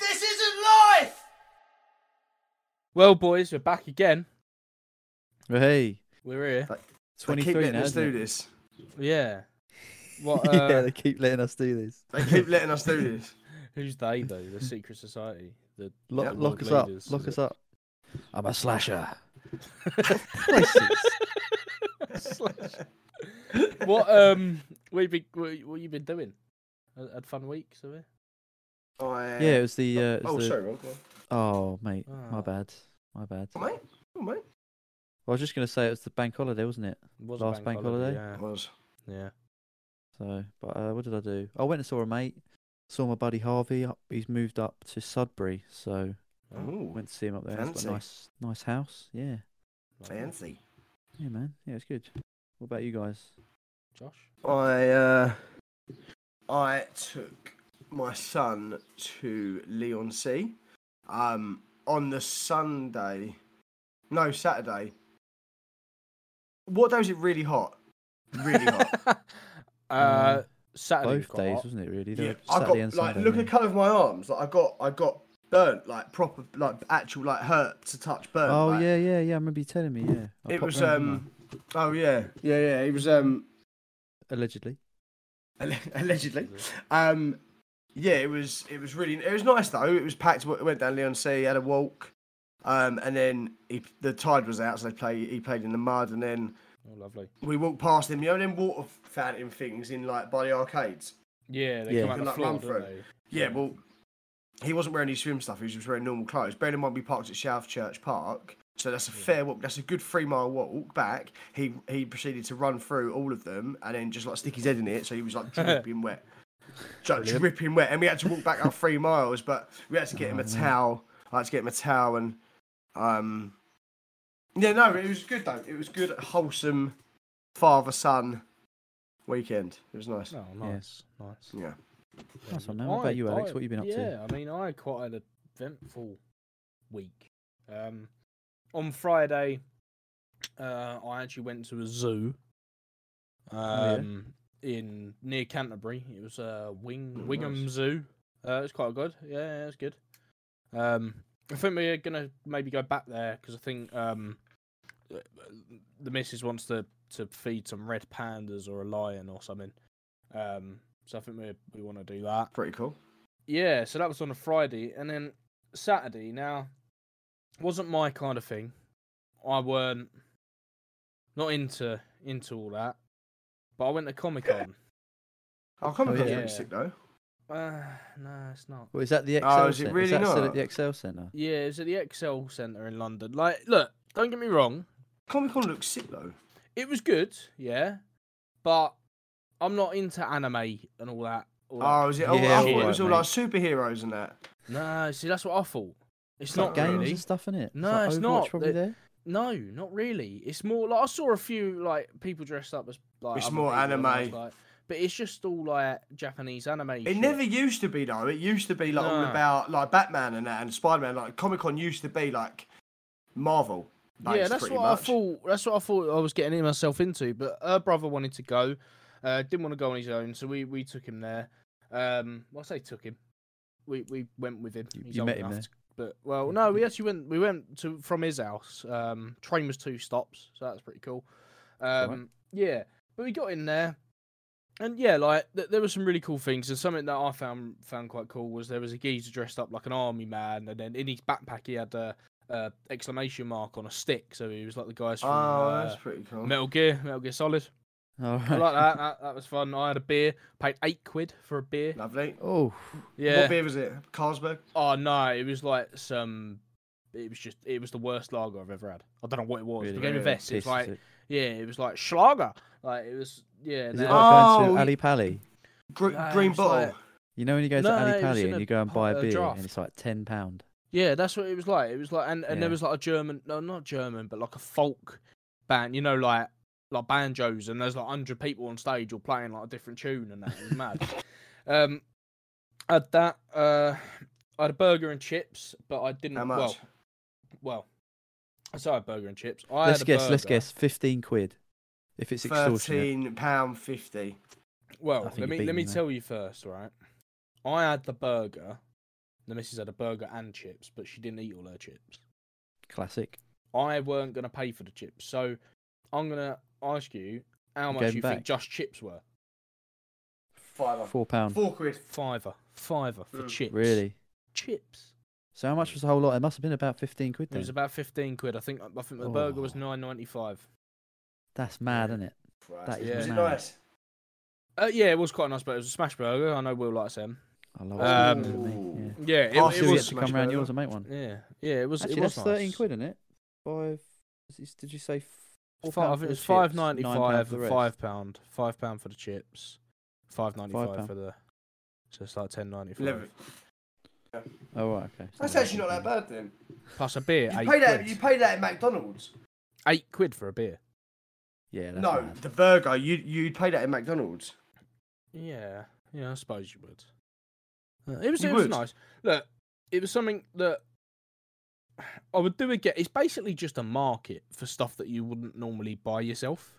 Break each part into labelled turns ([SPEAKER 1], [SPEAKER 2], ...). [SPEAKER 1] This isn't life!
[SPEAKER 2] Well, boys, we're back again.
[SPEAKER 3] Hey,
[SPEAKER 2] We're here.
[SPEAKER 1] They
[SPEAKER 3] 23
[SPEAKER 1] keep letting
[SPEAKER 3] now,
[SPEAKER 1] us
[SPEAKER 3] isn't
[SPEAKER 1] do
[SPEAKER 3] it?
[SPEAKER 1] this.
[SPEAKER 2] Yeah. What?
[SPEAKER 3] yeah,
[SPEAKER 2] Uh,
[SPEAKER 3] they keep letting us do this.
[SPEAKER 1] They keep letting us do this.
[SPEAKER 2] Who's they though? The secret society. The
[SPEAKER 3] Lock,
[SPEAKER 1] Yeah,
[SPEAKER 3] lock
[SPEAKER 2] Lord
[SPEAKER 3] us up.
[SPEAKER 2] Leaders,
[SPEAKER 1] uh,
[SPEAKER 3] Lock
[SPEAKER 2] is
[SPEAKER 3] us
[SPEAKER 2] it?
[SPEAKER 3] up. I'm a slasher. Places.
[SPEAKER 2] what? Um, what you been? What, what you been doing? Had- Had fun week, so we.
[SPEAKER 1] I,
[SPEAKER 3] yeah, it was the. Uh, it was
[SPEAKER 1] oh, Uh,
[SPEAKER 3] the...
[SPEAKER 1] sorry, Ron. Go on.
[SPEAKER 3] Oh, mate,
[SPEAKER 2] Ah.
[SPEAKER 3] my bad, my bad.
[SPEAKER 1] Oh, mate. Oh, mate.
[SPEAKER 3] I was just gonna say it was the bank holiday, wasn't it?
[SPEAKER 2] Was
[SPEAKER 3] Last bank
[SPEAKER 1] It was.
[SPEAKER 2] Yeah. yeah.
[SPEAKER 3] So, but uh, what did I do? I went and saw a mate. Saw my buddy Harvey. up- He's moved up to Sudbury, so
[SPEAKER 2] Oh,
[SPEAKER 1] Ooh,
[SPEAKER 3] went to see him up there. He's got
[SPEAKER 1] Fancy.
[SPEAKER 3] a nice, nice house. Yeah,
[SPEAKER 2] Like that.
[SPEAKER 1] fancy.
[SPEAKER 3] yeah, man. Yeah, it's good. What about you guys?
[SPEAKER 2] Josh.
[SPEAKER 1] I, uh, I took my son to Leon C. Um, on the Sunday. No, Saturday. What day was it really hot? Really hot.
[SPEAKER 2] uh,
[SPEAKER 3] Uh,
[SPEAKER 2] Saturday.
[SPEAKER 3] Both days, wasn't it? Really? They
[SPEAKER 1] Yeah,
[SPEAKER 3] were
[SPEAKER 1] I got
[SPEAKER 3] Saturday and
[SPEAKER 1] like
[SPEAKER 3] Sunday.
[SPEAKER 1] look at the
[SPEAKER 3] yeah.
[SPEAKER 1] colour of my arms. Like I got I got burnt, like proper like actual like hurt to touch burn.
[SPEAKER 3] Oh
[SPEAKER 1] like,
[SPEAKER 3] yeah, yeah, yeah. I remember you telling me. Yeah, I
[SPEAKER 1] It
[SPEAKER 3] popped
[SPEAKER 1] was
[SPEAKER 3] round, didn't I?
[SPEAKER 1] um oh yeah. Yeah, yeah. It was um
[SPEAKER 3] allegedly.
[SPEAKER 1] alle- allegedly. Um yeah, it was it was really it was nice though. It was packed w- went down Leon Sea, had a walk. Um and then he, the tide was out, so they play he played in the mud and then
[SPEAKER 2] Oh, lovely.
[SPEAKER 1] we walked past him, you know them water fountain things in like by the arcades.
[SPEAKER 2] Yeah, they
[SPEAKER 3] Yeah.
[SPEAKER 2] come out
[SPEAKER 1] Can,
[SPEAKER 2] the
[SPEAKER 1] like, run
[SPEAKER 2] floor, don't
[SPEAKER 1] through.
[SPEAKER 2] they?
[SPEAKER 1] Yeah, well, he wasn't wearing any swim stuff. He was just wearing normal clothes. Bearing in mind, we parked at South Church Park, so that's a fair walk. That's a good three mile walk back. He he proceeded to run through all of them and then just like stick his head in it, so he was like dripping wet, so
[SPEAKER 2] Brilliant.
[SPEAKER 1] dripping wet. And we had to walk back our three miles, but we had to get him a towel. I had to get him a towel and um, yeah, no, it was good though. It was good, wholesome father son weekend. It was nice.
[SPEAKER 2] Oh, nice, nice.
[SPEAKER 1] Yeah.
[SPEAKER 3] Nice
[SPEAKER 2] Um,
[SPEAKER 3] one, man. What about
[SPEAKER 2] I-
[SPEAKER 3] you, Alex?
[SPEAKER 2] I-
[SPEAKER 3] What you been up to?
[SPEAKER 2] Yeah, I mean, I had quite an eventful week. Um, on Friday, uh, I actually went to a zoo.
[SPEAKER 3] Oh, yeah?
[SPEAKER 2] Um, in near Canterbury, it was uh, Wing
[SPEAKER 1] Oh,
[SPEAKER 2] Wingham
[SPEAKER 1] nice.
[SPEAKER 2] Zoo. Uh, it's quite good. Yeah, yeah, it's good. Um, I think we're gonna maybe go back there because I think um, uh, the missus wants to to feed some red pandas or a lion or something. Um, so I think we we want to do that.
[SPEAKER 1] Pretty cool.
[SPEAKER 2] Yeah, so that was on a Friday, and then Saturday. Now, wasn't my kind of thing. I weren't not into into all that, but I went to Comic Con.
[SPEAKER 1] I'll come
[SPEAKER 3] Oh,
[SPEAKER 1] across
[SPEAKER 3] yeah.
[SPEAKER 1] really sick though.
[SPEAKER 2] uh, no, it's not.
[SPEAKER 3] Well, is that the XL
[SPEAKER 1] Oh, is it
[SPEAKER 3] Centre?
[SPEAKER 1] really
[SPEAKER 3] is that still
[SPEAKER 1] not?
[SPEAKER 3] at the XL Centre?
[SPEAKER 2] Yeah, it was at the XL Centre in London. Like, look, don't get me wrong,
[SPEAKER 1] Comic Con looks sick though.
[SPEAKER 2] it was good, yeah, but I'm not into anime and all that. All that.
[SPEAKER 1] Oh, is it? All, I
[SPEAKER 3] Yeah,
[SPEAKER 1] thought it
[SPEAKER 2] alright,
[SPEAKER 1] was all
[SPEAKER 3] mate.
[SPEAKER 1] like superheroes and that.
[SPEAKER 2] No, see, that's what I thought. It's
[SPEAKER 1] like
[SPEAKER 2] not
[SPEAKER 3] games
[SPEAKER 2] really.
[SPEAKER 3] and stuff, innit?
[SPEAKER 2] No,
[SPEAKER 3] like
[SPEAKER 2] it's
[SPEAKER 3] Overwatch
[SPEAKER 2] not.
[SPEAKER 3] Probably
[SPEAKER 2] It-
[SPEAKER 3] there.
[SPEAKER 2] No, not really. It's more like I saw a few like people dressed up as like.
[SPEAKER 1] It's
[SPEAKER 2] other
[SPEAKER 1] more
[SPEAKER 2] people, and I was
[SPEAKER 1] anime.
[SPEAKER 2] like- but it's just all like Japanese anime.
[SPEAKER 1] It never used to be though. It used to be like all
[SPEAKER 2] No.
[SPEAKER 1] about like Batman and that and Spider Man. Like Comic Con used to be like Marvel.
[SPEAKER 2] Yeah,
[SPEAKER 1] based,
[SPEAKER 2] that's
[SPEAKER 1] pretty
[SPEAKER 2] what
[SPEAKER 1] much.
[SPEAKER 2] I thought. That's what I thought I was getting myself into. But her brother wanted to go. Uh, didn't want to go on his own, so we we took him there. Um, well, I say took him. We we went with him.
[SPEAKER 3] You-
[SPEAKER 2] He's
[SPEAKER 3] you
[SPEAKER 2] old
[SPEAKER 3] met him
[SPEAKER 2] enough
[SPEAKER 3] there?
[SPEAKER 2] to- but well, no, we actually went. We went to from his house. Um, train was two stops, so that's pretty cool.
[SPEAKER 3] alright.
[SPEAKER 2] Um, yeah, but we got in there, and yeah, like th- there were some really cool things. And something that I found found quite cool was there was a geezer dressed up like an army man, and then in his backpack he had a, a exclamation mark on a stick, so he was like the guys from
[SPEAKER 1] Oh,
[SPEAKER 2] uh,
[SPEAKER 1] that's pretty cool.
[SPEAKER 2] Metal Gear, Metal Gear Solid.
[SPEAKER 3] All
[SPEAKER 2] I
[SPEAKER 3] right.
[SPEAKER 2] like that. that. That was fun. I had a beer, paid eight quid for a beer.
[SPEAKER 1] Lovely.
[SPEAKER 3] Oh,
[SPEAKER 2] Yeah.
[SPEAKER 1] What beer was it? Carlsberg.
[SPEAKER 2] Oh no, it was like some. It was just. It was the worst lager I've ever had. I don't know what it was.
[SPEAKER 3] Really?
[SPEAKER 2] The game of
[SPEAKER 1] Really?
[SPEAKER 2] S. It's
[SPEAKER 3] piss,
[SPEAKER 2] like
[SPEAKER 3] is it?
[SPEAKER 2] yeah, it was like Schlager. Like it was yeah.
[SPEAKER 3] Is
[SPEAKER 2] no.
[SPEAKER 3] it
[SPEAKER 1] Oh,
[SPEAKER 3] like going
[SPEAKER 1] y-
[SPEAKER 3] to Ali Pali?
[SPEAKER 1] Gre-
[SPEAKER 2] No,
[SPEAKER 1] green
[SPEAKER 2] it's like-
[SPEAKER 1] bottle.
[SPEAKER 3] You know when you go
[SPEAKER 2] No,
[SPEAKER 3] to
[SPEAKER 2] it was
[SPEAKER 3] Ali Pali
[SPEAKER 2] in
[SPEAKER 3] and
[SPEAKER 2] a
[SPEAKER 3] you go and buy a
[SPEAKER 2] pu- a
[SPEAKER 3] beer
[SPEAKER 2] draft.
[SPEAKER 3] and it's like ten pound.
[SPEAKER 2] Yeah, that's what it was like. It was like, and, and there
[SPEAKER 3] Yeah.
[SPEAKER 2] was like a German, no, not German, but like a folk band. You know, like like banjos, and there's like hundred people on stage all playing like a different tune, and that it was mad. um, I had that. Uh, I had a burger and chips, but I didn't.
[SPEAKER 1] How much?
[SPEAKER 2] Well, well, I say I had burger and chips. I
[SPEAKER 3] let's
[SPEAKER 2] had a
[SPEAKER 3] guess. Let's
[SPEAKER 2] burger.
[SPEAKER 3] guess. Fifteen quid. If it's extortionate.
[SPEAKER 1] Thirteen pound fifty.
[SPEAKER 2] Well,
[SPEAKER 3] think
[SPEAKER 2] let
[SPEAKER 3] you
[SPEAKER 2] me
[SPEAKER 3] beat
[SPEAKER 2] let
[SPEAKER 3] me,
[SPEAKER 2] me
[SPEAKER 3] mate.
[SPEAKER 2] tell you first, right? I had the burger. The missus had a burger and chips, but she didn't eat all her chips.
[SPEAKER 3] Classic.
[SPEAKER 2] I weren't gonna pay for the chips, so I'm gonna ask you how
[SPEAKER 3] You
[SPEAKER 2] much
[SPEAKER 3] gave 'em
[SPEAKER 2] you
[SPEAKER 3] back?
[SPEAKER 2] think just chips were.
[SPEAKER 1] Five.
[SPEAKER 3] Four pound.
[SPEAKER 1] Four quid.
[SPEAKER 2] Fiver, fiver for
[SPEAKER 1] Mm.
[SPEAKER 2] chips.
[SPEAKER 3] Really?
[SPEAKER 2] Chips.
[SPEAKER 3] So how much was the whole lot? It must have been about fifteen quid.
[SPEAKER 2] It
[SPEAKER 3] Then.
[SPEAKER 2] was about fifteen quid. I think. I think the burger was
[SPEAKER 3] Oh.
[SPEAKER 2] nine ninety five.
[SPEAKER 3] That's mad,
[SPEAKER 1] Yeah.
[SPEAKER 3] isn't it?
[SPEAKER 1] Christ.
[SPEAKER 3] That
[SPEAKER 2] is
[SPEAKER 1] Was it
[SPEAKER 3] mad.
[SPEAKER 1] nice?
[SPEAKER 2] Uh, yeah, it was quite nice, but it was a smash burger. I know Will likes them.
[SPEAKER 3] I love it.
[SPEAKER 2] Um,
[SPEAKER 3] me, yeah.
[SPEAKER 2] Yeah, it,
[SPEAKER 1] Oh,
[SPEAKER 2] it
[SPEAKER 1] so
[SPEAKER 3] Should we
[SPEAKER 2] was.
[SPEAKER 3] get to come round yours and make one?
[SPEAKER 2] Yeah, yeah, it was.
[SPEAKER 3] Actually,
[SPEAKER 2] it was
[SPEAKER 3] that's thirteen
[SPEAKER 2] nice.
[SPEAKER 3] quid, isn't it? Five. is it- Did you say four
[SPEAKER 2] Five, I think
[SPEAKER 3] pound for
[SPEAKER 2] it
[SPEAKER 3] the
[SPEAKER 2] was
[SPEAKER 3] chips,
[SPEAKER 2] five
[SPEAKER 3] nine
[SPEAKER 2] ninety
[SPEAKER 3] pound
[SPEAKER 2] five
[SPEAKER 3] for the
[SPEAKER 2] for
[SPEAKER 3] rest?
[SPEAKER 2] five pound, five pound for the chips, five ninety five
[SPEAKER 3] pound.
[SPEAKER 2] for the. So it's like ten ninety
[SPEAKER 1] Eleven.
[SPEAKER 2] five
[SPEAKER 3] Oh right, okay.
[SPEAKER 1] That's actually not that bad then.
[SPEAKER 2] plus a beer.
[SPEAKER 1] You
[SPEAKER 2] eight
[SPEAKER 1] pay that.
[SPEAKER 2] quid.
[SPEAKER 1] You pay that at McDonald's.
[SPEAKER 2] Eight quid for a beer.
[SPEAKER 3] Yeah. That's
[SPEAKER 1] No,
[SPEAKER 3] mad.
[SPEAKER 1] the burger. You you pay that at McDonald's.
[SPEAKER 2] Yeah, yeah, I suppose you would. Uh, it was,
[SPEAKER 1] You
[SPEAKER 2] it was
[SPEAKER 1] would.
[SPEAKER 2] nice. Look, it was something that I would do again. It's basically just a market for stuff that you wouldn't normally buy yourself.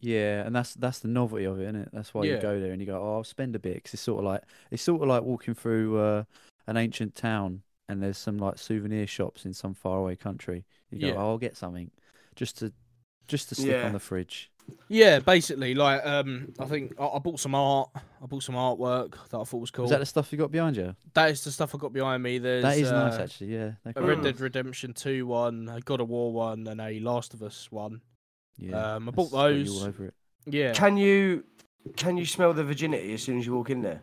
[SPEAKER 3] Yeah, and that's that's the novelty of it, isn't it? That's why
[SPEAKER 2] Yeah.
[SPEAKER 3] you go there and you go, oh, I'll spend a bit 'cause it's sort of like it's sort of like walking through uh, an ancient town and there's some like souvenir shops in some faraway country. You go,
[SPEAKER 2] Yeah.
[SPEAKER 3] oh, I'll get something just to just to stick
[SPEAKER 1] Yeah.
[SPEAKER 3] on the fridge.
[SPEAKER 2] Yeah, basically, like um, I think I, I bought some art. I bought some artwork that I thought was cool.
[SPEAKER 3] Is that the stuff you got behind you?
[SPEAKER 2] that is the stuff I got behind me. There's
[SPEAKER 3] that is nice,
[SPEAKER 2] uh,
[SPEAKER 3] actually. Yeah, they're
[SPEAKER 2] A
[SPEAKER 3] quite
[SPEAKER 2] Red
[SPEAKER 1] Mm.
[SPEAKER 3] nice.
[SPEAKER 2] Dead Redemption Two one, a God of War one, and a Last of Us one.
[SPEAKER 3] Yeah,
[SPEAKER 2] um, I bought
[SPEAKER 3] that's where you're
[SPEAKER 2] those.
[SPEAKER 3] All over it.
[SPEAKER 2] Yeah.
[SPEAKER 1] Can you can you smell the virginity as soon as you walk in there?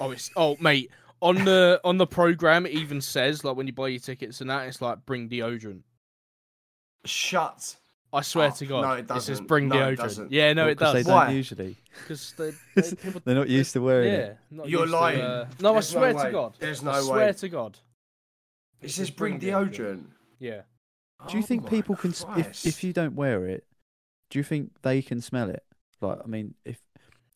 [SPEAKER 2] Oh, it's oh, mate. On the on the program, it even says like when you buy your tickets and that, it's like bring deodorant.
[SPEAKER 1] Shut.
[SPEAKER 2] I swear
[SPEAKER 1] Oh,
[SPEAKER 2] to God,
[SPEAKER 1] no, it
[SPEAKER 2] says
[SPEAKER 1] doesn't.
[SPEAKER 2] bring
[SPEAKER 1] No, it
[SPEAKER 2] deodorant.
[SPEAKER 1] doesn't.
[SPEAKER 2] yeah, no,
[SPEAKER 3] Well,
[SPEAKER 2] it
[SPEAKER 3] 'cause
[SPEAKER 2] does.
[SPEAKER 3] They don't
[SPEAKER 1] Why?
[SPEAKER 3] usually.
[SPEAKER 2] Because they, they, people-
[SPEAKER 3] They're not used to wearing it.
[SPEAKER 2] yeah, not
[SPEAKER 1] You're
[SPEAKER 2] used to,
[SPEAKER 1] lying.
[SPEAKER 2] uh, no, I
[SPEAKER 1] There's no
[SPEAKER 2] swear to
[SPEAKER 1] way.
[SPEAKER 2] God.
[SPEAKER 1] There's
[SPEAKER 2] I
[SPEAKER 1] no
[SPEAKER 2] swear
[SPEAKER 1] way.
[SPEAKER 2] to God.
[SPEAKER 1] It
[SPEAKER 2] It
[SPEAKER 1] says
[SPEAKER 2] says
[SPEAKER 1] bring
[SPEAKER 2] bring
[SPEAKER 1] deodorant. Oh
[SPEAKER 2] Yeah. Oh
[SPEAKER 3] Do you think people can s- if if you don't wear it? Do you think they can smell it? Like, I mean, if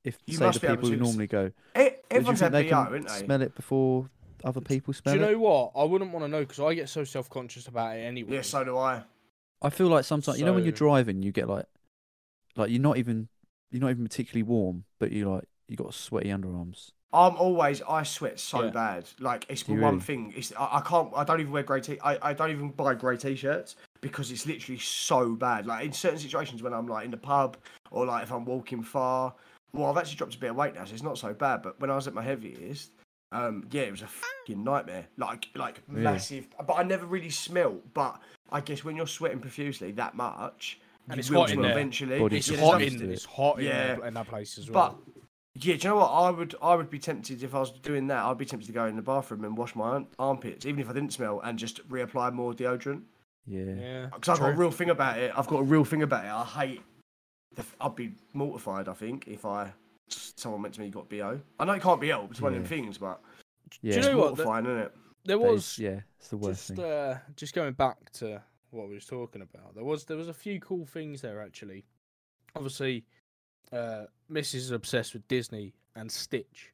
[SPEAKER 3] if
[SPEAKER 1] You
[SPEAKER 3] say
[SPEAKER 1] must
[SPEAKER 3] the
[SPEAKER 1] be able
[SPEAKER 3] people who
[SPEAKER 1] to s-
[SPEAKER 3] normally go, Do you
[SPEAKER 1] E, everyone's had
[SPEAKER 3] think they
[SPEAKER 1] BO,
[SPEAKER 3] can
[SPEAKER 1] aren't they?
[SPEAKER 3] smell it before other people
[SPEAKER 2] Do
[SPEAKER 3] smell
[SPEAKER 2] you
[SPEAKER 3] it?
[SPEAKER 2] know what? I wouldn't want to know because I get so self conscious about it anyway.
[SPEAKER 1] Yeah, so do I.
[SPEAKER 3] I feel like sometimes you know when you're
[SPEAKER 2] So-
[SPEAKER 3] driving, you get like, like you're not even you're not even particularly warm, but you like you got sweaty underarms.
[SPEAKER 1] I'm always I sweat so
[SPEAKER 2] Yeah.
[SPEAKER 1] bad. Like it's
[SPEAKER 3] Do
[SPEAKER 1] the
[SPEAKER 3] you
[SPEAKER 1] one
[SPEAKER 3] really?
[SPEAKER 1] thing. It's I, I can't. I don't even wear grey t. I, I don't even buy grey t-shirts because it's literally so bad. Like in certain situations when I'm like in the pub or like if I'm walking far. Well, I've actually dropped a bit of weight now, so it's not so bad. But when I was at my heaviest, um, yeah, it was a fucking nightmare. Like like
[SPEAKER 3] Really?
[SPEAKER 1] massive. But I never really smelt. But I guess when you're sweating profusely that much,
[SPEAKER 2] And
[SPEAKER 1] you
[SPEAKER 2] it's
[SPEAKER 1] will
[SPEAKER 2] hot in
[SPEAKER 1] smell
[SPEAKER 2] there.
[SPEAKER 1] eventually.
[SPEAKER 3] Body
[SPEAKER 2] It's
[SPEAKER 3] Yeah,
[SPEAKER 1] there's
[SPEAKER 2] hot
[SPEAKER 1] nothing
[SPEAKER 3] nothing to
[SPEAKER 2] in
[SPEAKER 3] do.
[SPEAKER 2] it's hot in,
[SPEAKER 1] Yeah.
[SPEAKER 2] that, in that place as well.
[SPEAKER 1] but yeah, do you know what? I would I would be tempted if I was doing that. I'd be tempted to go in the bathroom and wash my arm- armpits, even if I didn't smell, and just reapply more deodorant.
[SPEAKER 3] Yeah.
[SPEAKER 2] yeah,
[SPEAKER 1] Because I've got a
[SPEAKER 2] true.
[SPEAKER 1] real thing about it. I've got a real thing about it. I hate. The, f- I'd be mortified. I think if I someone meant to me you got bo. I know it can't be helped. It's one of them
[SPEAKER 3] Yeah.
[SPEAKER 1] things, but
[SPEAKER 3] Yeah.
[SPEAKER 2] Do you know what? There,
[SPEAKER 1] mortifying, isn't it?
[SPEAKER 2] there
[SPEAKER 3] that is-
[SPEAKER 2] was
[SPEAKER 3] yeah, it's the worst
[SPEAKER 2] just
[SPEAKER 3] thing.
[SPEAKER 2] uh, just going back to what we was talking about. There was there was a few cool things there actually. Obviously, uh, Mrs. is obsessed with Disney and Stitch.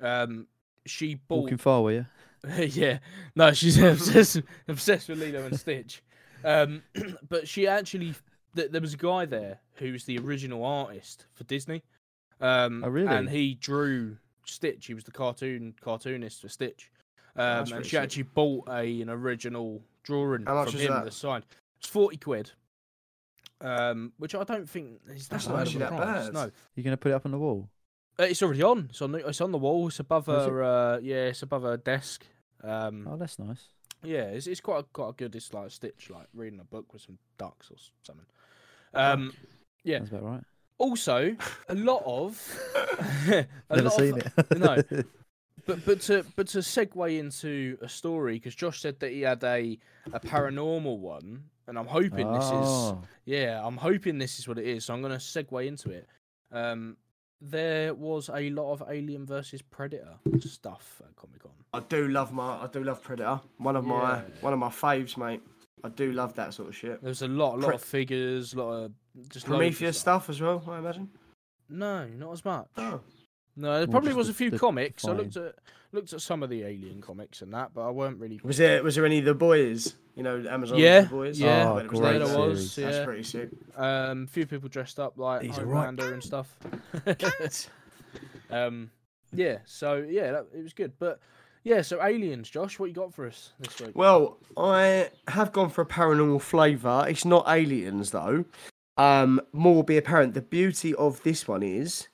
[SPEAKER 2] Um, she bought
[SPEAKER 3] Walking far, were you?
[SPEAKER 2] yeah, no, she's obsessed obsessed with Lilo and Stitch. Um, but she actually th- there was a guy there who was the original artist for Disney. Um,
[SPEAKER 3] Oh, really?
[SPEAKER 2] And he drew Stitch. He was the cartoon cartoonist for Stitch. Um,
[SPEAKER 1] Oh, That's
[SPEAKER 2] and
[SPEAKER 1] pretty
[SPEAKER 2] she
[SPEAKER 1] sick.
[SPEAKER 2] actually bought a an original drawing
[SPEAKER 1] How much
[SPEAKER 2] from
[SPEAKER 1] is
[SPEAKER 2] him
[SPEAKER 1] that?
[SPEAKER 2] that signed. It's forty quid. Um, which I don't think is
[SPEAKER 1] That's
[SPEAKER 2] that
[SPEAKER 1] not
[SPEAKER 2] bad of
[SPEAKER 1] actually
[SPEAKER 2] a
[SPEAKER 1] that
[SPEAKER 2] price,
[SPEAKER 1] bad.
[SPEAKER 2] No,
[SPEAKER 3] You're gonna put it up on the wall?
[SPEAKER 2] Uh, it's already on. It's on. the- It's on the wall. It's above
[SPEAKER 3] Oh, is it?
[SPEAKER 2] her. Uh, yeah, it's above her desk. Um,
[SPEAKER 3] Oh, that's nice.
[SPEAKER 2] yeah, it's, it's quite a, quite a good. It's like a stitch, like reading a book with some ducks or s- something. Um, Yeah.
[SPEAKER 3] That's about right.
[SPEAKER 2] also, a lot of a
[SPEAKER 3] Never
[SPEAKER 2] lot
[SPEAKER 3] seen
[SPEAKER 2] of,
[SPEAKER 3] it.
[SPEAKER 2] no. But but to but to segue into a story because Josh said that he had a a paranormal one, and I'm hoping this is
[SPEAKER 3] oh,
[SPEAKER 2] yeah, I'm hoping this is what it is. So I'm gonna segue into it. Um, there was a lot of Alien versus Predator stuff at Comic Con.
[SPEAKER 1] I do love my I do love Predator. One of my
[SPEAKER 2] Yeah.
[SPEAKER 1] one of my faves, mate. I do love that sort of shit.
[SPEAKER 2] There was a lot, a lot
[SPEAKER 1] Pre-
[SPEAKER 2] of figures, a lot of just loads of
[SPEAKER 1] Prometheus stuff as well, I imagine.
[SPEAKER 2] No, not as much.
[SPEAKER 1] Oh,
[SPEAKER 2] No, there
[SPEAKER 3] Or
[SPEAKER 2] probably
[SPEAKER 3] just
[SPEAKER 2] was
[SPEAKER 3] the-
[SPEAKER 2] a few
[SPEAKER 3] the
[SPEAKER 2] comics. I
[SPEAKER 3] fine.
[SPEAKER 2] looked at looked at some of the Alien comics and that, but I weren't really.
[SPEAKER 1] was there was there any of the boys? You know, Amazon
[SPEAKER 2] Yeah,
[SPEAKER 1] the boys.
[SPEAKER 2] yeah,
[SPEAKER 3] Oh,
[SPEAKER 1] When it was
[SPEAKER 3] great
[SPEAKER 1] like-
[SPEAKER 2] there was,
[SPEAKER 3] series.
[SPEAKER 2] yeah.
[SPEAKER 1] That's pretty sick.
[SPEAKER 2] Um, few people dressed up like
[SPEAKER 3] He's a right
[SPEAKER 2] Homelander and stuff. um, yeah. So yeah, that, it was good, but Yeah, so aliens, Josh, what you got for us this week?
[SPEAKER 1] Well, I have gone for a paranormal flavour. It's not aliens though. Um, more will be apparent. The beauty of this one is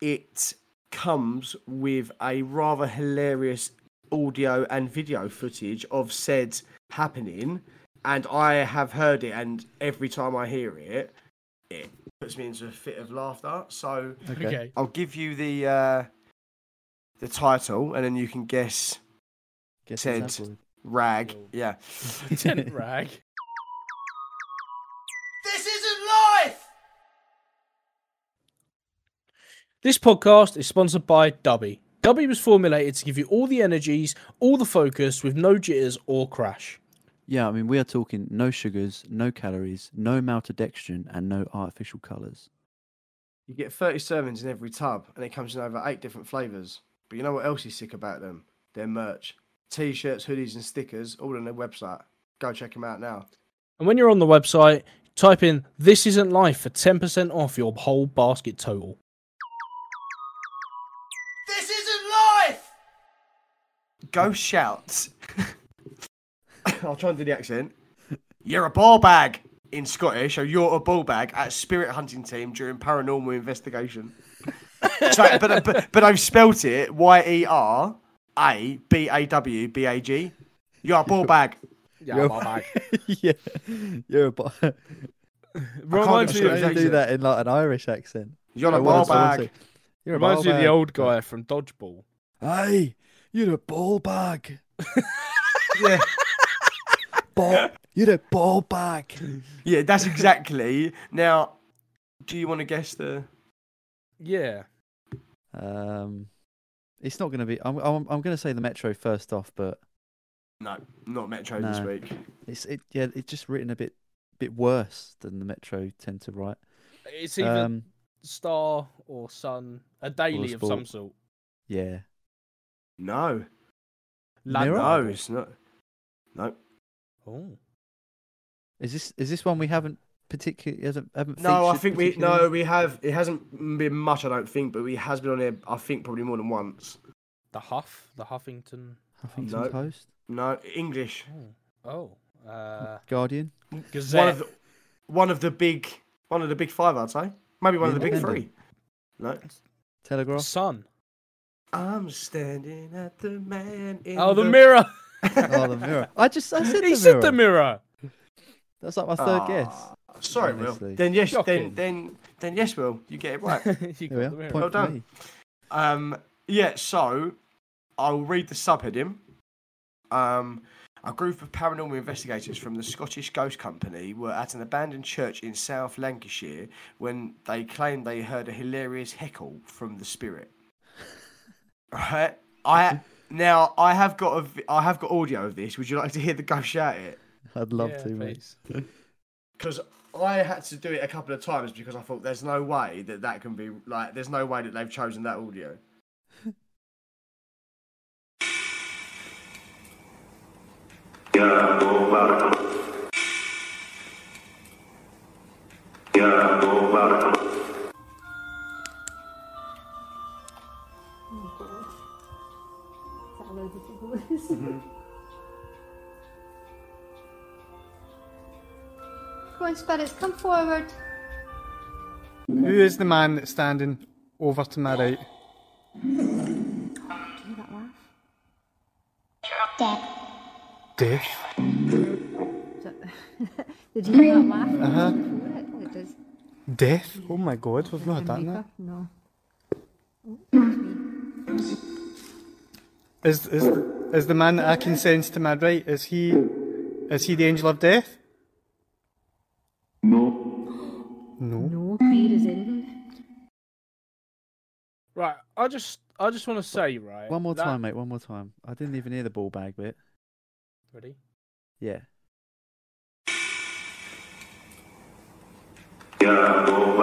[SPEAKER 1] it comes with a rather hilarious audio and video footage of said happening, and I have heard it. And every time I hear it, it puts me into a fit of laughter. So
[SPEAKER 3] Okay.
[SPEAKER 1] I'll give you the uh, the title, and then you can guess
[SPEAKER 3] Guess it's
[SPEAKER 1] Ted.
[SPEAKER 3] Applewood.
[SPEAKER 1] rag. Yeah.
[SPEAKER 2] Lieutenant Rag.
[SPEAKER 1] This isn't life!
[SPEAKER 2] This podcast is sponsored by Dubby. Dubby was formulated to give you all the energies, all the focus, with no jitters or crash.
[SPEAKER 3] Yeah, I mean, we are talking no sugars, no calories, no maltodextrin, and no artificial colours.
[SPEAKER 1] You get 30 servings in every tub, and it comes in over eight different flavours. But you know what else is sick about them? Their merch. T shirts, hoodies, and stickers, all on their website. Go check them out now.
[SPEAKER 2] And when you're on the website, type in This Isn't Life for 10% off your whole basket total.
[SPEAKER 1] This isn't life! Go shout. I'll try and do the accent. You're a ball bag in Scottish, or you're a ball bag at Spirit Hunting Team during paranormal investigation. so, but, but, but I've spelt it Y E R A B A W B A G. You're a ball bag.
[SPEAKER 2] Yeah,
[SPEAKER 3] You're-
[SPEAKER 2] my bag.
[SPEAKER 3] yeah, you're a. Bo-
[SPEAKER 2] Reminds
[SPEAKER 1] get
[SPEAKER 2] me,
[SPEAKER 1] through
[SPEAKER 2] of-
[SPEAKER 1] it.
[SPEAKER 3] Trying to do that in like an Irish accent.
[SPEAKER 1] You're
[SPEAKER 3] I
[SPEAKER 1] a ball
[SPEAKER 3] want to- I want
[SPEAKER 1] bag.
[SPEAKER 3] to. You're a ball
[SPEAKER 2] reminds me of the
[SPEAKER 3] bag.
[SPEAKER 2] old guy from Dodgeball.
[SPEAKER 3] Hey, you're a ball bag.
[SPEAKER 1] Yeah,
[SPEAKER 3] Ball. You're a ball bag.
[SPEAKER 1] yeah, that's exactly. Now, do you want to guess the?
[SPEAKER 2] Yeah.
[SPEAKER 3] Um, it's not going to be. I'm. I'm, I'm going to say the Metro first off, but
[SPEAKER 1] No, not Metro this
[SPEAKER 3] No.
[SPEAKER 1] week.
[SPEAKER 3] it's it. Yeah, it's just written a bit, bit worse than the Metro tend to write.
[SPEAKER 2] It's either
[SPEAKER 3] Um,
[SPEAKER 2] Star or Sun, a daily of
[SPEAKER 3] sport.
[SPEAKER 2] some sort.
[SPEAKER 3] yeah.
[SPEAKER 1] No.
[SPEAKER 3] Mirror?
[SPEAKER 2] Landmark.
[SPEAKER 1] No, it's not. No,
[SPEAKER 2] Oh.
[SPEAKER 3] Is this is this one we haven't particularly hasn't haven't
[SPEAKER 1] no. I
[SPEAKER 3] featured
[SPEAKER 1] think we
[SPEAKER 3] particularly?
[SPEAKER 1] no, we have. It hasn't been much, I don't think, but we has been on here. I think probably more than once.
[SPEAKER 2] The Huff, the Huffington.
[SPEAKER 3] Huffington
[SPEAKER 1] No.
[SPEAKER 3] Post,
[SPEAKER 1] No, English.
[SPEAKER 2] Oh. Oh. Uh,
[SPEAKER 3] Guardian.
[SPEAKER 1] One
[SPEAKER 2] Gazette.
[SPEAKER 1] of the, one of the big, one of the big five, I'd say. Maybe one of the big three. No.
[SPEAKER 3] Independent. Telegraph.
[SPEAKER 2] Sun.
[SPEAKER 1] I'm standing at the man in
[SPEAKER 2] Oh, the, mirror.
[SPEAKER 3] oh, the mirror. I just I said, the,
[SPEAKER 2] he
[SPEAKER 3] mirror.
[SPEAKER 2] said the mirror.
[SPEAKER 3] That's like my third guess.
[SPEAKER 1] Ah, Sorry,
[SPEAKER 3] Honestly.
[SPEAKER 1] Will. Then yes, then
[SPEAKER 2] Shocking.
[SPEAKER 1] then then yes, Will. You get it right.
[SPEAKER 2] you
[SPEAKER 3] There we
[SPEAKER 2] got
[SPEAKER 3] are.
[SPEAKER 2] the mirror.
[SPEAKER 3] Point
[SPEAKER 1] Well
[SPEAKER 3] for
[SPEAKER 1] done.
[SPEAKER 3] me.
[SPEAKER 1] Um, yeah, so I'll read the subheading. Um, a group of paranormal investigators from the Scottish Ghost Company were at an abandoned church in South Lancashire when they claimed they heard a hilarious heckle from the spirit. Right? I now I have got a vi- I have got audio of this. Would you like to hear the ghost shout it?
[SPEAKER 3] I'd love
[SPEAKER 2] Yeah,
[SPEAKER 3] to, mate.
[SPEAKER 2] please.
[SPEAKER 1] because I had to do it a couple of times because I thought there's no way that that can be like there's no way that they've chosen that audio.
[SPEAKER 4] Come on, spirits, come forward.
[SPEAKER 5] Who is the man that's standing over to my right?
[SPEAKER 6] Dead.
[SPEAKER 5] Death.
[SPEAKER 4] Did you hear that laugh?
[SPEAKER 5] Uh-huh.
[SPEAKER 4] It does.
[SPEAKER 5] Death? Oh my god, we've not had that now.
[SPEAKER 4] No.
[SPEAKER 5] Is, is, is the man that I can sense to my right, is he, is he the angel of death?
[SPEAKER 4] No fear is ending.
[SPEAKER 2] Right, I just, I just want to say, right.
[SPEAKER 3] One more
[SPEAKER 2] that-
[SPEAKER 3] time, mate. One more time. I didn't even hear the ball bag bit.
[SPEAKER 2] Ready?
[SPEAKER 3] Yeah.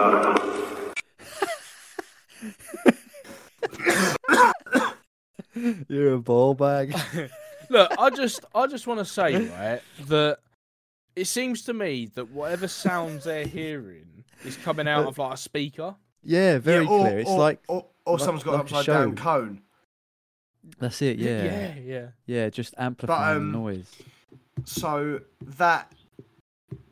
[SPEAKER 3] You're a ball bag.
[SPEAKER 2] Look, I just, I just want to say, right, that it seems to me that whatever sounds they're hearing is coming out of like a speaker.
[SPEAKER 3] Yeah, very
[SPEAKER 1] Yeah, or-
[SPEAKER 3] clear. It's
[SPEAKER 1] or-
[SPEAKER 3] like
[SPEAKER 1] or, or
[SPEAKER 3] like-
[SPEAKER 1] someone's got
[SPEAKER 3] like a
[SPEAKER 1] an upside down
[SPEAKER 3] show.
[SPEAKER 1] cone.
[SPEAKER 3] That's it. Yeah. Yeah.
[SPEAKER 2] yeah, yeah.
[SPEAKER 3] just amplifying
[SPEAKER 1] um,
[SPEAKER 3] the noise.
[SPEAKER 1] So that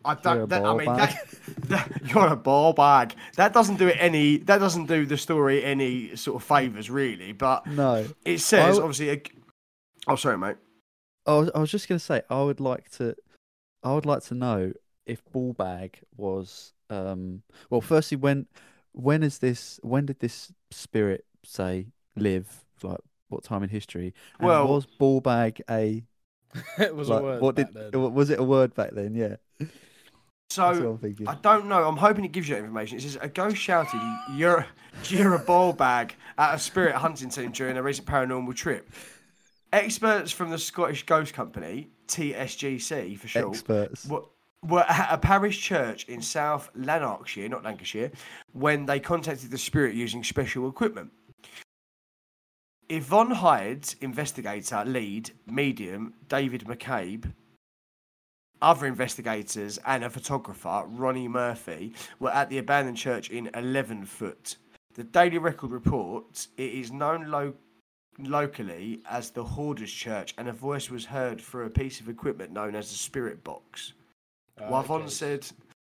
[SPEAKER 1] I
[SPEAKER 3] You're a
[SPEAKER 1] don't. That, I
[SPEAKER 3] ball
[SPEAKER 1] mean,
[SPEAKER 3] bag.
[SPEAKER 1] that, that- you're a ball bag. That doesn't do it any. That doesn't do the story any sort of favors, really. But
[SPEAKER 3] No.
[SPEAKER 1] it says
[SPEAKER 3] I-
[SPEAKER 1] obviously. A, oh, sorry, mate.
[SPEAKER 3] I was, I was just gonna say I would like to I would like to know if ball bag was um well firstly when when is this when did this spirit say live like what time in history and
[SPEAKER 1] Well-
[SPEAKER 3] was ball bag a
[SPEAKER 2] it was
[SPEAKER 3] like,
[SPEAKER 2] a word.
[SPEAKER 3] what
[SPEAKER 2] back
[SPEAKER 3] did
[SPEAKER 2] then. Oh,
[SPEAKER 3] w- was it a word back then yeah
[SPEAKER 1] So
[SPEAKER 3] that's what I'm thinking
[SPEAKER 1] I don't know. I'm hoping it gives you that information. It says a ghost shouted, "You're, you're a ball bag," at a spirit hunting team during a recent paranormal trip. Experts from the Scottish Ghost Company (TSGC) for short
[SPEAKER 3] experts
[SPEAKER 1] were, were at a parish church in South Lanarkshire, not Lancashire, when they contacted the spirit using special equipment. Yvonne Hyde's investigator, lead, medium, David McCabe, other investigators, and a photographer, Ronnie Murphy, were at the abandoned church in Elevenfoot. The Daily Record reports it is known lo- locally as the Hoarders Church, and a voice was heard through a piece of equipment known as the Spirit Box.
[SPEAKER 2] Oh,
[SPEAKER 1] Wavon
[SPEAKER 2] okay.
[SPEAKER 1] said,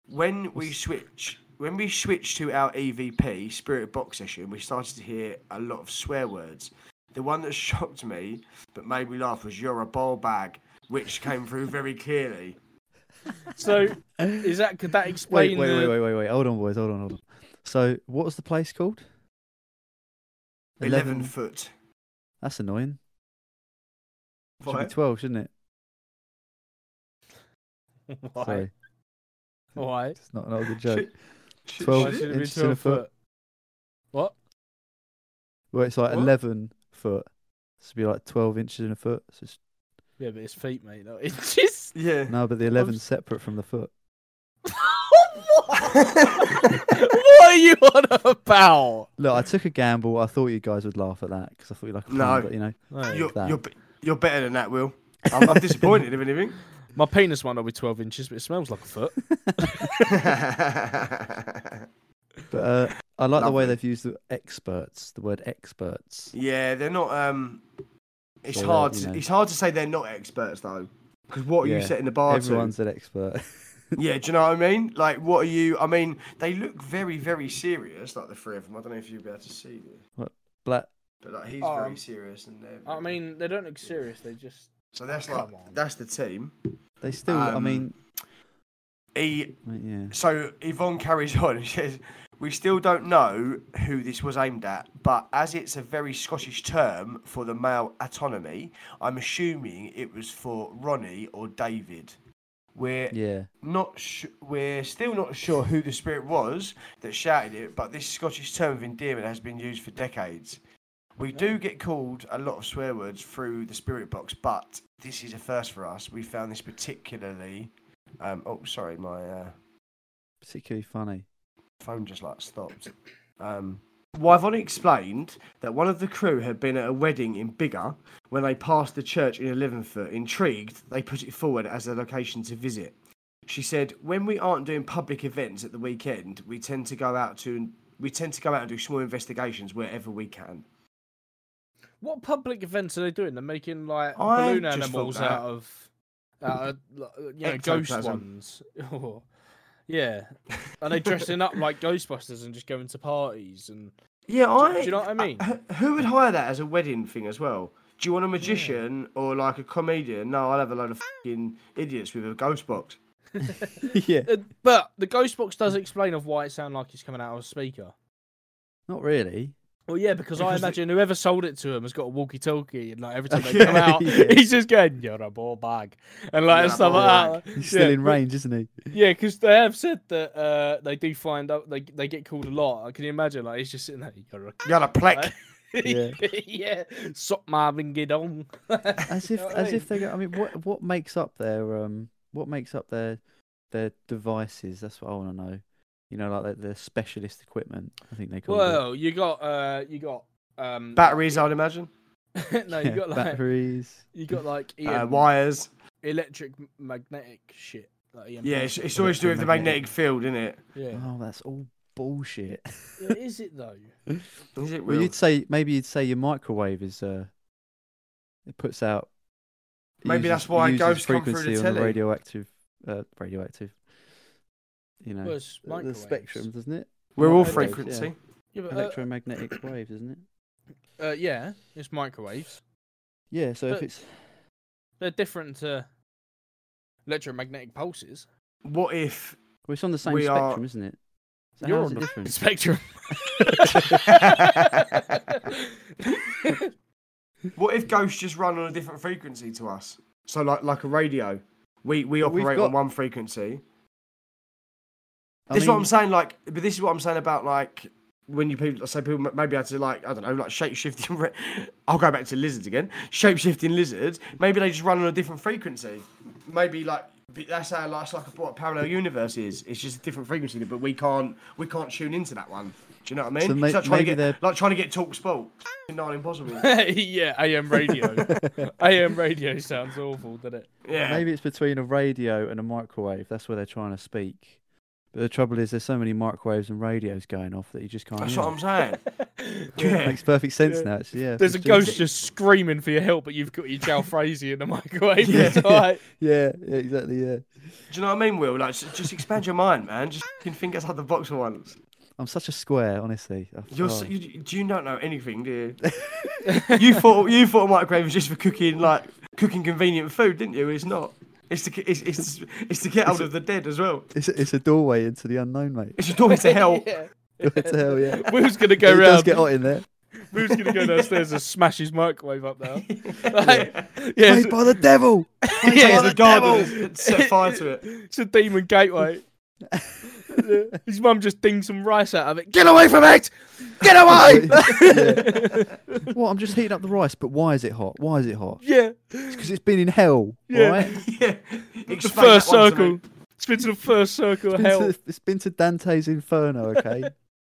[SPEAKER 1] "When we switch, when we switched to our EVP Spirit Box session, we started to hear a lot of swear words. The one that shocked me but made me laugh was "You're a ball bag," which came through very clearly.
[SPEAKER 2] So is that could that
[SPEAKER 3] wait wait
[SPEAKER 2] explain
[SPEAKER 3] wait
[SPEAKER 2] the
[SPEAKER 3] wait wait wait hold on boys hold on hold on so what was the place called
[SPEAKER 1] Eleven foot.
[SPEAKER 3] that's annoying should be
[SPEAKER 1] What?
[SPEAKER 3] 12 shouldn't it
[SPEAKER 2] why?
[SPEAKER 3] sorry
[SPEAKER 2] Why?
[SPEAKER 3] it's not, not a good joke
[SPEAKER 1] Should- should-
[SPEAKER 3] Twelve.
[SPEAKER 2] Why
[SPEAKER 1] should-
[SPEAKER 2] should it be
[SPEAKER 3] inches and
[SPEAKER 2] 12
[SPEAKER 3] a Oh, foot.
[SPEAKER 2] foot? What?
[SPEAKER 3] Well, it's like
[SPEAKER 1] What?
[SPEAKER 3] eleven foot. So it'd be like twelve inches in a foot. So it's...
[SPEAKER 2] Yeah, but it's feet, mate. Not inches.
[SPEAKER 1] Yeah.
[SPEAKER 3] No, but the eleven's separate from the foot.
[SPEAKER 2] what are you on about?
[SPEAKER 3] Look, I took a gamble. I thought you guys would laugh at that because I thought you like a
[SPEAKER 1] No.
[SPEAKER 3] plan, but you know,
[SPEAKER 1] You're,
[SPEAKER 3] that.
[SPEAKER 1] you're, be- you're better than that, Will. I'm, I'm disappointed, if anything.
[SPEAKER 2] My penis might not be 12 inches, but it smells like a foot.
[SPEAKER 3] but uh, I like the way
[SPEAKER 1] Lovely.
[SPEAKER 3] they've used the experts, the word experts.
[SPEAKER 1] yeah, they're not. Um, it's
[SPEAKER 3] Well, they're,
[SPEAKER 1] hard.
[SPEAKER 3] you
[SPEAKER 1] To,
[SPEAKER 3] know.
[SPEAKER 1] It's hard to say they're not experts though, because what are you
[SPEAKER 3] Yeah,
[SPEAKER 1] setting the bar to?
[SPEAKER 3] Everyone's an expert.
[SPEAKER 1] Yeah, do you know what I mean? Like, what are you? I mean, they look very, very serious, like the three of them. I don't know if you'll be able to see this,
[SPEAKER 3] Black.
[SPEAKER 1] but like he's
[SPEAKER 2] Oh,
[SPEAKER 1] very
[SPEAKER 2] um,
[SPEAKER 1] serious, and they're.
[SPEAKER 2] I
[SPEAKER 1] very-
[SPEAKER 2] mean, they don't look serious. They just.
[SPEAKER 1] so that's like
[SPEAKER 2] come on.
[SPEAKER 1] that's the team.
[SPEAKER 3] They still. I
[SPEAKER 1] Um,
[SPEAKER 3] mean,
[SPEAKER 1] He,
[SPEAKER 3] I mean, yeah.
[SPEAKER 1] so Yvonne carries on and says, "We still don't know who this was aimed at, but as it's a very Scottish term for the male autonomy, I'm assuming it was for Ronnie or David. We're
[SPEAKER 3] Yeah.
[SPEAKER 1] not sh- we're still not sure who the spirit was that shouted it, but this Scottish term of endearment has been used for decades. We do get called a lot of swear words through the spirit box, but this is a first for us. We found this particularly. Um, oh, sorry, my uh,
[SPEAKER 3] Particularly funny.
[SPEAKER 1] phone just like stopped. Um, Wyvon explained that one of the crew had been at a wedding in Biggar when they passed the church in Elevenfoot. Intrigued, they put it forward as a location to visit. She said, "When we aren't doing public events at the weekend, we tend to go out to we tend to go out and do small investigations wherever we can."
[SPEAKER 2] What public events are they doing? They're making like
[SPEAKER 1] I
[SPEAKER 2] balloon
[SPEAKER 1] just thought
[SPEAKER 2] animals
[SPEAKER 1] that.
[SPEAKER 2] out of, out of like, you know, ghost
[SPEAKER 1] Ectoplasm.
[SPEAKER 2] ones. Oh, yeah. Are they dressing up like Ghostbusters and just going to parties? And
[SPEAKER 1] Yeah,
[SPEAKER 2] do
[SPEAKER 1] I.
[SPEAKER 2] you know what I mean?
[SPEAKER 1] who- Who would hire that as a wedding thing as well? Do you want a magician or like a comedian? No, I'll have a load of fucking idiots with a ghost box.
[SPEAKER 3] yeah.
[SPEAKER 2] Uh, but the ghost box does explain of why it sounds like it's coming out of a speaker.
[SPEAKER 3] Not really.
[SPEAKER 2] Well, yeah, because, I
[SPEAKER 1] Because it-
[SPEAKER 2] imagine whoever sold it to him has got a walkie-talkie, and like every time they
[SPEAKER 3] Yeah,
[SPEAKER 2] come out,
[SPEAKER 3] yeah.
[SPEAKER 2] he's just going, "You're a ball bag," and like
[SPEAKER 1] You're
[SPEAKER 2] and
[SPEAKER 1] a
[SPEAKER 2] stuff
[SPEAKER 1] ball
[SPEAKER 2] like that.
[SPEAKER 3] He's still
[SPEAKER 2] yeah,
[SPEAKER 3] in range, isn't he?
[SPEAKER 2] Yeah, because they have said that uh, they do find out they they get called a lot. Can you imagine? Like he's just sitting there, "You're a
[SPEAKER 1] You got a plec.
[SPEAKER 2] yeah,
[SPEAKER 3] Yeah.
[SPEAKER 2] yeah. Sock Marvin Gidon.
[SPEAKER 3] as if as if they go. I mean, what what makes up their um what makes up their their devices? That's what I want to know. You know, like their, their specialist equipment. I think they call it.
[SPEAKER 2] Well, you got uh, you got um,
[SPEAKER 1] Batteries, I'd imagine.
[SPEAKER 2] no, you
[SPEAKER 3] Yeah,
[SPEAKER 2] got like
[SPEAKER 3] batteries.
[SPEAKER 2] you got like
[SPEAKER 1] Uh,
[SPEAKER 2] EM,
[SPEAKER 1] wires.
[SPEAKER 2] electric m- magnetic shit. Like EMP.
[SPEAKER 1] Yeah, it's, it's always to do with the magnetic field, isn't it?
[SPEAKER 2] yeah.
[SPEAKER 3] Oh, that's all bullshit.
[SPEAKER 2] Yeah, Is it though?
[SPEAKER 1] Is it
[SPEAKER 3] Well, you'd say maybe you'd say your microwave is uh It puts out. it
[SPEAKER 1] Maybe
[SPEAKER 3] uses-
[SPEAKER 1] that's why
[SPEAKER 3] uses
[SPEAKER 1] ghosts come through the
[SPEAKER 3] frequency on
[SPEAKER 1] telly.
[SPEAKER 3] a radioactive, uh, radioactive. You know,
[SPEAKER 2] Well, it's
[SPEAKER 3] the- the
[SPEAKER 2] microwaves.
[SPEAKER 3] spectrum, doesn't it?
[SPEAKER 1] We're all
[SPEAKER 2] Okay, yeah.
[SPEAKER 1] frequency.
[SPEAKER 2] Yeah, but, uh,
[SPEAKER 3] Electromagnetic waves, isn't it?
[SPEAKER 2] uh, yeah, it's microwaves.
[SPEAKER 3] Yeah. So if
[SPEAKER 2] but-
[SPEAKER 3] it's
[SPEAKER 2] They're different to electromagnetic pulses.
[SPEAKER 1] What if?
[SPEAKER 3] well, it's on the same
[SPEAKER 1] We are-
[SPEAKER 3] spectrum, isn't it? So
[SPEAKER 2] You're
[SPEAKER 3] how is
[SPEAKER 2] on
[SPEAKER 3] it
[SPEAKER 2] the
[SPEAKER 3] different?
[SPEAKER 2] Spectrum.
[SPEAKER 1] What if ghosts just run on a different frequency to us? So like like a radio, we we
[SPEAKER 3] But we've
[SPEAKER 1] operate
[SPEAKER 3] got-
[SPEAKER 1] on one frequency.
[SPEAKER 3] I
[SPEAKER 1] this is what
[SPEAKER 3] mean,
[SPEAKER 1] I'm saying. Like, but this is what I'm saying about like when you people say people m- maybe had to like I don't know like shape shifting. Re- I'll go back to lizards again. Shape shifting lizards. Maybe they just run on a different frequency. Maybe like b- that's how like, it's like a, what a parallel universe is. It's just a different frequency, but we can't we can't tune into that one. Do you know what I mean?
[SPEAKER 3] So may-
[SPEAKER 1] it's like trying to
[SPEAKER 3] maybe
[SPEAKER 1] get
[SPEAKER 3] they're-
[SPEAKER 1] like trying to get talk sport. Not impossible.
[SPEAKER 2] yeah, AM radio. AM radio sounds awful, doesn't it?
[SPEAKER 1] Yeah.
[SPEAKER 3] Maybe it's between a radio and a microwave. That's where they're trying to speak. But the trouble is, there's so many microwaves and radios going off that you just can't.
[SPEAKER 1] That's
[SPEAKER 3] hear
[SPEAKER 1] what
[SPEAKER 3] them.
[SPEAKER 1] I'm saying. Yeah.
[SPEAKER 3] Makes perfect sense
[SPEAKER 2] Yeah.
[SPEAKER 3] now. Actually, yeah.
[SPEAKER 2] There's a
[SPEAKER 3] for sure.
[SPEAKER 2] ghost just screaming for your help, but you've got your Jalfrezi in the microwave.
[SPEAKER 1] Yeah.
[SPEAKER 2] It's alright.
[SPEAKER 3] Yeah, yeah, exactly. Yeah.
[SPEAKER 1] Do you know what I mean, Will? Like, just just expand your mind, man. Just fucking think outside the box for once.
[SPEAKER 3] I'm such a square, honestly. I-
[SPEAKER 1] You're,
[SPEAKER 3] oh.
[SPEAKER 1] so, you, do you not know anything, do you? you thought you thought a microwave was just for cooking like cooking convenient food, didn't you? It's not. It's to it's it's, it's to get out of the dead as well.
[SPEAKER 3] it's, a- it's a doorway into the unknown, mate.
[SPEAKER 1] It's a door to hell.
[SPEAKER 2] Yeah.
[SPEAKER 3] It's hell, yeah.
[SPEAKER 2] Will's gonna go
[SPEAKER 3] it does
[SPEAKER 2] round.
[SPEAKER 3] get hot in there.
[SPEAKER 2] Will's gonna go downstairs and smash his microwave up now. yeah, it's,
[SPEAKER 3] Played by the devil. Played
[SPEAKER 2] Yeah,
[SPEAKER 1] It's
[SPEAKER 3] by
[SPEAKER 2] it's
[SPEAKER 1] a garden. Set fire to it.
[SPEAKER 2] it's a demon gateway. Yeah. his mum just dings some rice out of it. Get
[SPEAKER 3] away from it! Get away!
[SPEAKER 2] it!
[SPEAKER 3] What? I'm just heating up the rice, but why is it hot? Why is it hot?
[SPEAKER 2] yeah,
[SPEAKER 3] Because it's been in hell,
[SPEAKER 2] Yeah.
[SPEAKER 3] right?
[SPEAKER 1] Yeah.
[SPEAKER 2] the
[SPEAKER 1] Explain
[SPEAKER 2] first
[SPEAKER 1] that one to me.
[SPEAKER 2] circle. It's been to the first circle of
[SPEAKER 3] It's been
[SPEAKER 2] hell.
[SPEAKER 3] to- it's been to Dante's Inferno, okay?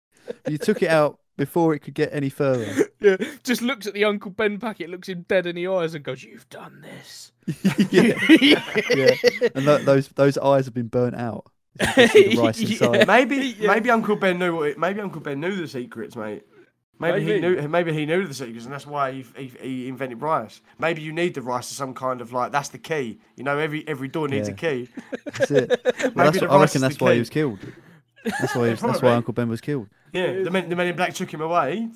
[SPEAKER 3] you took it out before it could get any further.
[SPEAKER 2] Yeah, just looks at the Uncle Ben packet, looks him dead in the eyes, and goes, "You've done this."
[SPEAKER 3] yeah, yeah. And tho- those those eyes have been burnt out. You can see the rice
[SPEAKER 2] Yeah.
[SPEAKER 3] inside.
[SPEAKER 1] Maybe
[SPEAKER 2] Yeah.
[SPEAKER 1] maybe Uncle Ben knew what it, maybe Uncle Ben knew the secrets, mate. Maybe, he
[SPEAKER 2] Maybe.
[SPEAKER 1] knew maybe he knew the secrets, and that's why he, he, he invented rice. Maybe you need the rice as some kind of like that's the key. You know, every every door needs
[SPEAKER 3] Yeah.
[SPEAKER 1] a key.
[SPEAKER 3] That's it. Well,
[SPEAKER 1] Maybe
[SPEAKER 3] that's
[SPEAKER 1] the
[SPEAKER 3] what, I
[SPEAKER 1] rice
[SPEAKER 3] reckon
[SPEAKER 1] is
[SPEAKER 3] that's
[SPEAKER 1] the
[SPEAKER 3] why
[SPEAKER 1] key.
[SPEAKER 3] he was killed. That's why he was, that's
[SPEAKER 1] Probably.
[SPEAKER 3] why Uncle Ben was killed.
[SPEAKER 1] Yeah, the men, the men in black took him away,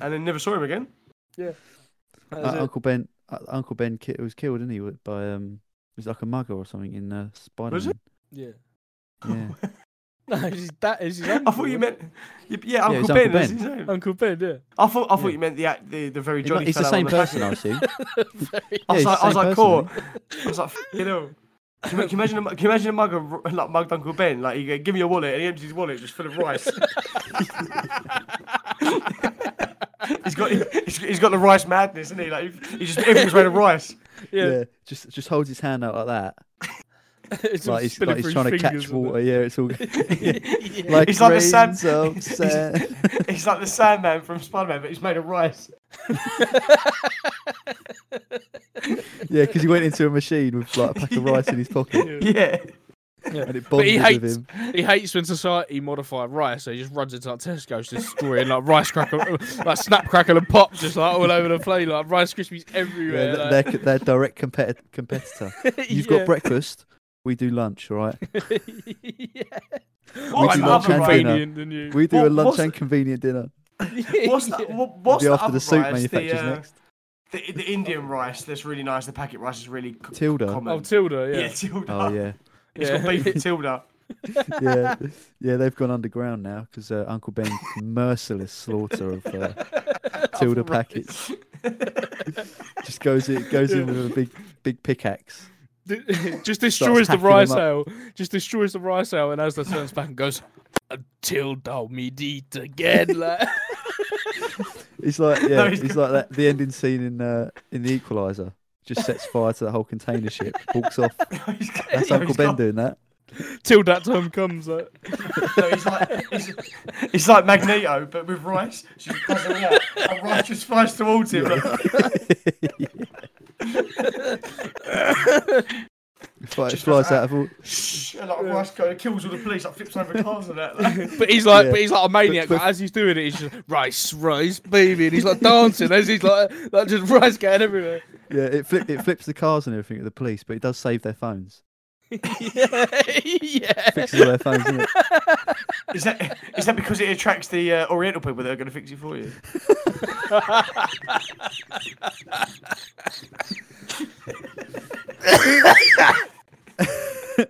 [SPEAKER 1] and then never saw him again.
[SPEAKER 3] Uh, Uncle Ben, uh, Uncle Ben ki- was killed, didn't he? wi- By um, it was like a mugger or something in uh, Spider Man.
[SPEAKER 2] Yeah.
[SPEAKER 3] Yeah.
[SPEAKER 2] No, it's his dad. It's his
[SPEAKER 1] I
[SPEAKER 2] uncle.
[SPEAKER 1] thought you meant yeah,
[SPEAKER 3] it
[SPEAKER 1] Uncle
[SPEAKER 3] was
[SPEAKER 1] Ben.
[SPEAKER 3] Uncle
[SPEAKER 1] That's
[SPEAKER 3] Ben.
[SPEAKER 1] his name.
[SPEAKER 2] Uncle Ben. Yeah.
[SPEAKER 1] I thought I thought
[SPEAKER 3] Yeah.
[SPEAKER 1] you meant the act- the the very
[SPEAKER 3] He
[SPEAKER 1] jolly.
[SPEAKER 3] might- He's the
[SPEAKER 1] fellow on
[SPEAKER 3] same
[SPEAKER 1] the
[SPEAKER 3] person, I
[SPEAKER 1] packet.
[SPEAKER 3] assume.
[SPEAKER 1] I was like,
[SPEAKER 3] Yeah, he's
[SPEAKER 1] I was
[SPEAKER 3] the
[SPEAKER 1] like,
[SPEAKER 3] same
[SPEAKER 1] cool.
[SPEAKER 3] person,
[SPEAKER 1] I was like, you know. Can you imagine? a mu- Can you imagine a mugger ru- like mugged Uncle Ben? Like, you go, give me your wallet, and he empties his wallet just full of rice. he's got, he's, he's got the rice madness, isn't he? Like, he just everything's made of rice.
[SPEAKER 3] Yeah.
[SPEAKER 2] Yeah.
[SPEAKER 3] just just holds his hand out like that,
[SPEAKER 2] It's all
[SPEAKER 3] like he's,
[SPEAKER 2] spilling
[SPEAKER 3] like he's
[SPEAKER 2] through
[SPEAKER 3] trying to
[SPEAKER 2] his fingers
[SPEAKER 3] catch
[SPEAKER 2] and
[SPEAKER 3] water. Yeah, it's all
[SPEAKER 2] that. Yeah.
[SPEAKER 3] like
[SPEAKER 1] He's like the Sam-
[SPEAKER 3] grains of sand.
[SPEAKER 1] He's like the Sandman from Spider-Man, but he's made of rice.
[SPEAKER 3] yeah, because he went into a machine with like a pack of rice in his pocket,
[SPEAKER 1] Yeah,
[SPEAKER 3] and it
[SPEAKER 2] But he
[SPEAKER 3] bonded with
[SPEAKER 2] hates-
[SPEAKER 3] him.
[SPEAKER 2] He hates when society modify rice, so he just runs into like Tesco's destroying like rice crackle, like snap crackle and pop, just like all over the place, like Rice Krispies everywhere.
[SPEAKER 3] Yeah,
[SPEAKER 2] like-
[SPEAKER 3] they're, they're direct competi- competitor. You've
[SPEAKER 2] Yeah.
[SPEAKER 3] got breakfast. We do lunch, all right?
[SPEAKER 2] yeah.
[SPEAKER 1] What
[SPEAKER 2] I'm
[SPEAKER 3] do lunch
[SPEAKER 2] more
[SPEAKER 3] and uh, dinner.
[SPEAKER 2] convenient than you.
[SPEAKER 3] We do
[SPEAKER 1] What-
[SPEAKER 3] a lunch
[SPEAKER 1] what's-
[SPEAKER 3] and convenient dinner.
[SPEAKER 1] what's that? What,
[SPEAKER 3] We'll
[SPEAKER 1] what's
[SPEAKER 3] be after
[SPEAKER 1] other
[SPEAKER 3] the soup
[SPEAKER 1] rice?
[SPEAKER 3] manufacturers
[SPEAKER 1] the, uh,
[SPEAKER 3] next.
[SPEAKER 1] The, the Indian rice that's really nice. The packet rice is really c-
[SPEAKER 3] Tilda.
[SPEAKER 1] common.
[SPEAKER 2] Oh, Tilda,
[SPEAKER 1] yeah,
[SPEAKER 2] yeah.
[SPEAKER 1] Tilda.
[SPEAKER 3] Oh yeah.
[SPEAKER 1] It's got beef with Tilda.
[SPEAKER 3] yeah, yeah, they've gone underground now because uh, Uncle Ben's merciless slaughter of uh, Tilda packets just goes it goes in with a big big pickaxe.
[SPEAKER 2] just destroys the
[SPEAKER 3] hacking
[SPEAKER 2] rice
[SPEAKER 3] them
[SPEAKER 2] ale. Just destroys the rice ale, and Asda turns back and goes, "Until thou me eat again." Like,
[SPEAKER 3] He's like yeah,
[SPEAKER 1] he's
[SPEAKER 3] he's, like that the ending scene in uh, in the Equalizer. Just sets fire to the whole container ship, walks off. That's
[SPEAKER 1] No,
[SPEAKER 3] Uncle
[SPEAKER 1] he's
[SPEAKER 3] Ben
[SPEAKER 1] not.
[SPEAKER 3] doing that.
[SPEAKER 2] till that time comes. Like,
[SPEAKER 1] No, it's like it's, it's like Magneto, but with rice. She does it out, and rice just flies towards him.
[SPEAKER 3] Fly- flies out of all.
[SPEAKER 1] Shh, and like Rice Coat kills all the police, like flips over cars and that. Like.
[SPEAKER 2] But he's like,
[SPEAKER 3] Yeah.
[SPEAKER 2] but he's like a maniac.
[SPEAKER 3] but-
[SPEAKER 2] like, as he's doing it, he's just rice, rice, baby, and he's like dancing as he's like, like just rice going everywhere.
[SPEAKER 3] Yeah, it flip, it flips the cars and everything at the police, but it does save their phones.
[SPEAKER 2] yeah, yeah.
[SPEAKER 3] Fixes all their phones, doesn't it?
[SPEAKER 1] Is that is that because it attracts the uh, Oriental people that are going to fix it for you?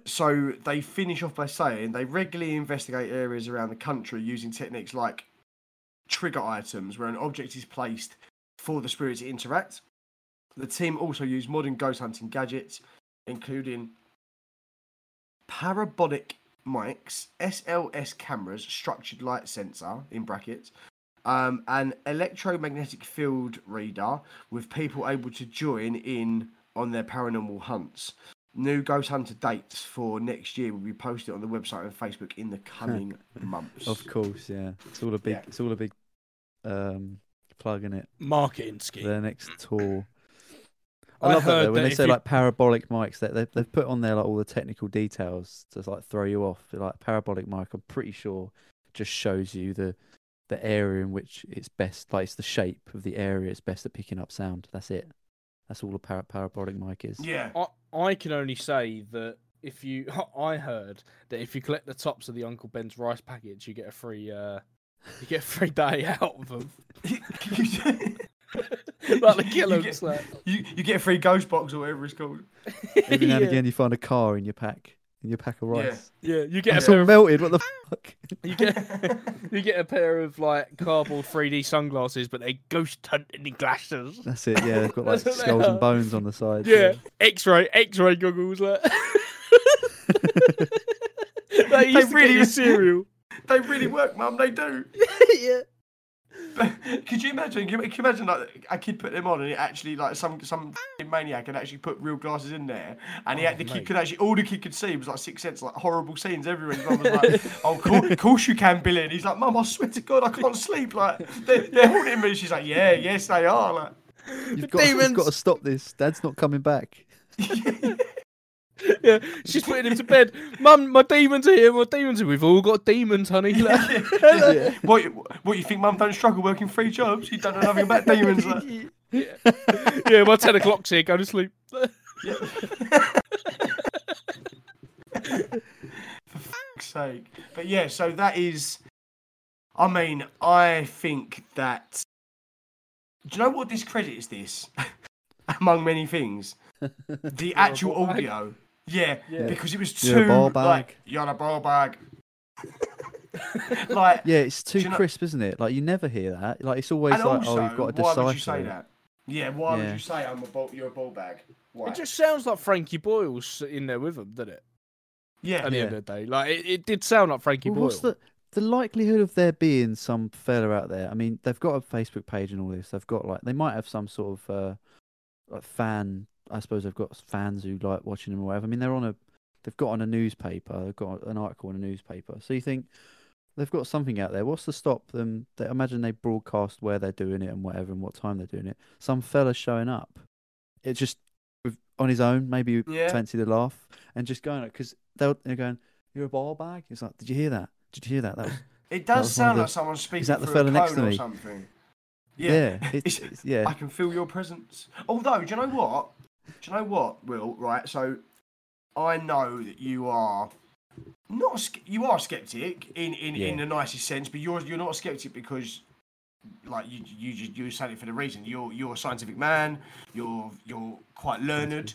[SPEAKER 1] so they finish off by saying they regularly investigate areas around the country using techniques like trigger items, where an object is placed for the spirit to interact. The team also use modern ghost hunting gadgets, including parabolic mics, SLS cameras, structured light sensor in brackets, um, an electromagnetic field reader with people able to join in on their paranormal hunts. New Ghost Hunter dates for next year will be posted on the website and Facebook in the coming months.
[SPEAKER 3] Of course, yeah. It's all a big,
[SPEAKER 1] Yeah.
[SPEAKER 3] it's all a big um, plug in it.
[SPEAKER 2] Marketing scheme.
[SPEAKER 3] Their next tour.
[SPEAKER 2] I
[SPEAKER 3] I love that
[SPEAKER 2] heard
[SPEAKER 3] though. When
[SPEAKER 2] that
[SPEAKER 3] they
[SPEAKER 2] if
[SPEAKER 3] say
[SPEAKER 2] you-
[SPEAKER 3] like parabolic mics, that they they've put on there like all the technical details to like throw you off. They're like parabolic mic, I'm pretty sure, just shows you the the area in which it's best. Like it's the shape of the area it's best at picking up sound. That's it. That's all a para- parabolic mic is.
[SPEAKER 1] Yeah.
[SPEAKER 2] I, I can only say that if you, I heard that if you collect the tops of the Uncle Ben's rice packets, you get a free, uh, you get a free day out of them, like the
[SPEAKER 1] You
[SPEAKER 2] Kellogg's.
[SPEAKER 1] get-
[SPEAKER 2] Like.
[SPEAKER 1] You, you get a free ghost box or whatever it's called.
[SPEAKER 3] Every now and
[SPEAKER 2] Yeah.
[SPEAKER 3] again, you find a car in your pack in your pack of
[SPEAKER 1] Yeah.
[SPEAKER 3] rice.
[SPEAKER 2] Yeah, you get a
[SPEAKER 3] It's
[SPEAKER 2] pair
[SPEAKER 3] all
[SPEAKER 2] of,
[SPEAKER 3] melted. What the fuck?
[SPEAKER 2] you get you get a pair of like cardboard 3D sunglasses, but they ghost hunting glasses.
[SPEAKER 3] That's it. Yeah, they've got like
[SPEAKER 2] That's what they
[SPEAKER 3] skulls
[SPEAKER 2] are.
[SPEAKER 3] and bones on the sides.
[SPEAKER 2] Yeah, X-ray X-ray goggles. Like. they used to
[SPEAKER 1] really-
[SPEAKER 2] really cereal.
[SPEAKER 1] They really work, mum. They do.
[SPEAKER 2] yeah.
[SPEAKER 1] But could you imagine? Can you, can you imagine like a kid put them on and it actually like some some f***ing maniac had actually put real glasses in there, and he
[SPEAKER 2] Oh,
[SPEAKER 1] had, the
[SPEAKER 2] mate.
[SPEAKER 1] kid could actually all the kid could see was like six cents, like horrible scenes everywhere. His mum was like, "Oh, course, course you can, Billy." And he's like, "Mum, I swear to God, I can't sleep. Like they're, they're haunting me." She's like, "Yeah, yes, they are." Like,
[SPEAKER 3] You've got, you've got to stop this. Dad's not coming back.
[SPEAKER 2] Yeah, she's putting him to bed. Mum, my demons are here. My demons. Are... We've all got demons, honey. Like,
[SPEAKER 1] what? you- What you think, Mum? Don't struggle working three jobs. You don't know nothing about demons. Like,
[SPEAKER 2] yeah. yeah, my ten o'clock's here. Go to sleep.
[SPEAKER 1] fuck's sake. But yeah, so that is. I mean, I think that. Do you know what discredits this? Among many things, the actual
[SPEAKER 2] ball bag.
[SPEAKER 1] audio. Yeah,
[SPEAKER 2] Yeah.
[SPEAKER 1] because it was too
[SPEAKER 3] You're a ball
[SPEAKER 1] like
[SPEAKER 3] bag.
[SPEAKER 1] you're a ball bag. like,
[SPEAKER 3] Yeah, it's too
[SPEAKER 1] you know-
[SPEAKER 3] crisp, isn't it? Like you never hear that. Like it's always
[SPEAKER 1] and
[SPEAKER 3] like,
[SPEAKER 1] also,
[SPEAKER 3] oh, you've got to
[SPEAKER 1] why
[SPEAKER 3] decipher.
[SPEAKER 1] would you say
[SPEAKER 3] it.
[SPEAKER 1] that? Yeah, why would
[SPEAKER 3] Yeah.
[SPEAKER 1] you say I'm a ball, you're a ball bag? Why?
[SPEAKER 2] It just sounds like Frankie Boyle's in there with him, doesn't it?
[SPEAKER 1] yeah,
[SPEAKER 2] At the
[SPEAKER 3] Yeah.
[SPEAKER 2] end of the day, like it, it did sound like Frankie
[SPEAKER 3] Well,
[SPEAKER 2] Boyle.
[SPEAKER 3] what's the the likelihood of there being some fella out there? I mean, they've got a Facebook page and all this. They've got like they might have some sort of uh, like fan. I suppose they've got fans who like watching them or whatever. I mean, they're on a they've got on a newspaper. They've got an article in a newspaper. So you think they've got something out there. What's to stop them? They, imagine they broadcast where they're doing it and whatever and what time they're doing it. Some fella showing up. It just with, on his own. Maybe you
[SPEAKER 1] Yeah.
[SPEAKER 3] fancy the laugh and just going because they're, they're going. You're a ball bag. It's like, did you hear that? Did you hear that? That was
[SPEAKER 1] it
[SPEAKER 3] that
[SPEAKER 1] does
[SPEAKER 3] was one of
[SPEAKER 1] sound
[SPEAKER 3] the-
[SPEAKER 1] like someone speaking
[SPEAKER 3] that the
[SPEAKER 1] through
[SPEAKER 3] fella
[SPEAKER 1] a
[SPEAKER 3] next
[SPEAKER 1] cone
[SPEAKER 3] to
[SPEAKER 1] or
[SPEAKER 3] me?
[SPEAKER 1] something.
[SPEAKER 3] yeah.
[SPEAKER 1] Yeah,
[SPEAKER 3] it's, it's- yeah.
[SPEAKER 1] I can feel your presence. Although, do you know what? Do you know what, Will? Right, so I know that you are not ske- you are skeptic in in, in
[SPEAKER 3] Yeah.
[SPEAKER 1] the nicest sense, but you're you're not skeptic because like you you just you said it for the reason. You're you're a scientific man. You're you're quite learned.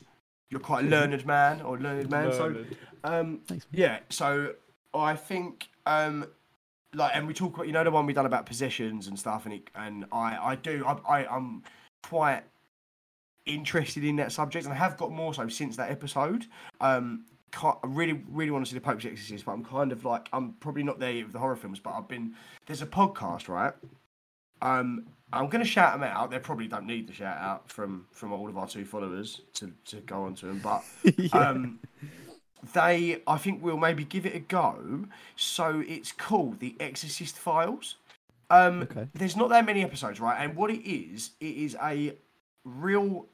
[SPEAKER 1] You're quite a learned man or learned man.
[SPEAKER 2] Learned.
[SPEAKER 1] So um
[SPEAKER 3] Thanks.
[SPEAKER 1] yeah, so I think um like and we talk about you know the one we done about possessions and stuff and it, and I I do I, I I'm quite interested in that subject and I have got more so since that episode. Um, ki- I really really want to see the Pope's Exorcist, but I'm kind of like I'm probably not there yet with the horror films, but I've been there's a podcast right. Um, I'm gonna shout them out. They probably don't need the shout out from from all of our two followers to to go on to them, but um, they I think we'll maybe give it a go. So it's called the Exorcist Files. Um,
[SPEAKER 3] Okay.
[SPEAKER 1] There's not that many episodes, right? And what it is, it is a real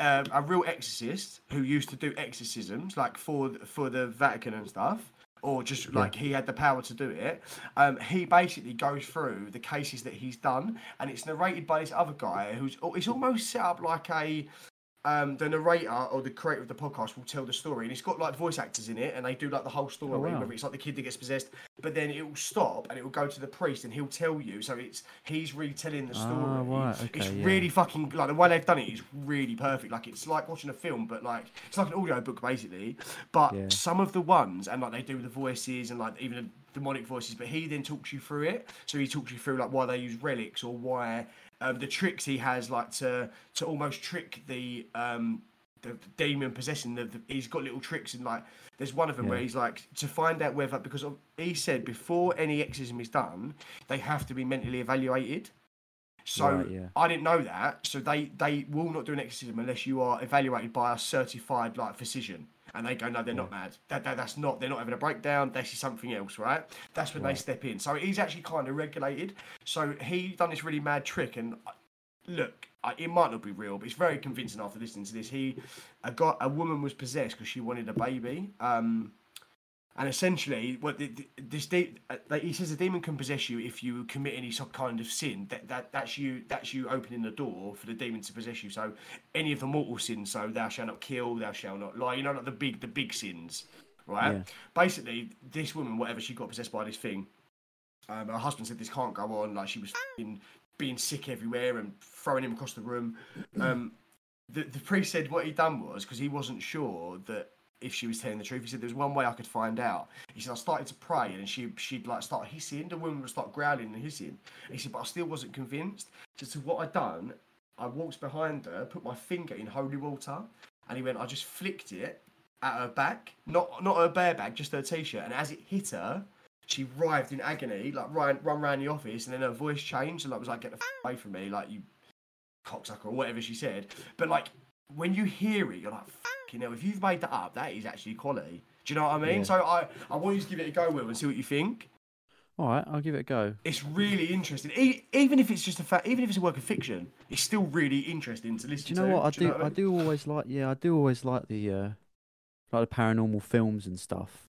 [SPEAKER 1] uh, a real exorcist who used to do exorcisms, like for th- for the Vatican and stuff, or just like he had the power to do it. Um, he basically goes through the cases that he's done, and it's narrated by this other guy who's al- it's almost set up like a. Um, the narrator or the creator of the podcast will tell the story, and it's got like voice actors in it, and they do like the whole story.
[SPEAKER 3] Oh, wow.
[SPEAKER 1] Whether it's like the kid that gets possessed, but then it will stop and it will go to the priest, and he'll tell you. So it's he's retelling the story.
[SPEAKER 3] Ah, right,
[SPEAKER 1] it's
[SPEAKER 3] okay, yeah.
[SPEAKER 1] really fucking like the way they've done it is really perfect. Like it's like watching a film, but like it's like an audio book basically. But
[SPEAKER 3] Yeah.
[SPEAKER 1] some of the ones and like they do the voices and like even the demonic voices, but he then talks you through it. So he talks you through like why they use relics or why um, the tricks he has like to to almost trick the um the, the demon possessing the, the he's got little tricks and like there's one of them where
[SPEAKER 3] Yeah.
[SPEAKER 1] he's like to find out whether because of, he said before any exorcism is done they have to be mentally evaluated so
[SPEAKER 3] Right, yeah.
[SPEAKER 1] I didn't know that. So they they will not do an exorcism unless you are evaluated by a certified like physician, and they go, no, they're not mad. That, that that's not. They're not having a breakdown. That's just something else, right? That's when they step in. So he's actually kind of regulated. So he done this really mad trick, and I- look, I, it might not be real, but it's very convincing after listening to this. He, a got a woman was possessed because she wanted a baby. Um. And essentially, what the, the- this de- uh, like he says, the demon can possess you if you commit any sort of kind of sin. That that that's you that's you opening the door for the demon to possess you. So any of the mortal sins, so thou shalt not kill, thou shalt not lie. You know, like the big the big sins, right?
[SPEAKER 3] Yeah.
[SPEAKER 1] Basically, this woman, whatever she got possessed by this thing, um, her husband said this can't go on. Like she was fing being sick everywhere and throwing him across the room. Um, the, the priest said what he done was because he wasn't sure that if she was telling the truth. He said there was one way I could find out. He said I started to pray and she she'd like start hissing. The woman would start growling and hissing. He said, but I still wasn't convinced. So, so what I done, I walked behind her, put my finger in holy water, and he went, I just flicked it at her back, not not her bare back, just her t-shirt, and as it hit her, she writhed in agony, like ran run round the office, and then her voice changed, and like was like, "Get the f- away from me, like you cocksucker," or whatever she said. But like when you hear it, you're like, "Fucking hell!" If you've made that up, that is actually quality. Do you know what I mean?
[SPEAKER 3] Yeah.
[SPEAKER 1] So I I want you to give it a go, Will, and see what you think.
[SPEAKER 3] All right, I'll give it a go.
[SPEAKER 1] It's really interesting, e- even if it's just a fact, even if it's a work of fiction, it's still really interesting to listen
[SPEAKER 3] Do
[SPEAKER 1] to.
[SPEAKER 3] you know what I do?
[SPEAKER 1] mean?
[SPEAKER 3] I do always like. Yeah, I do always like the uh, like the paranormal films and stuff.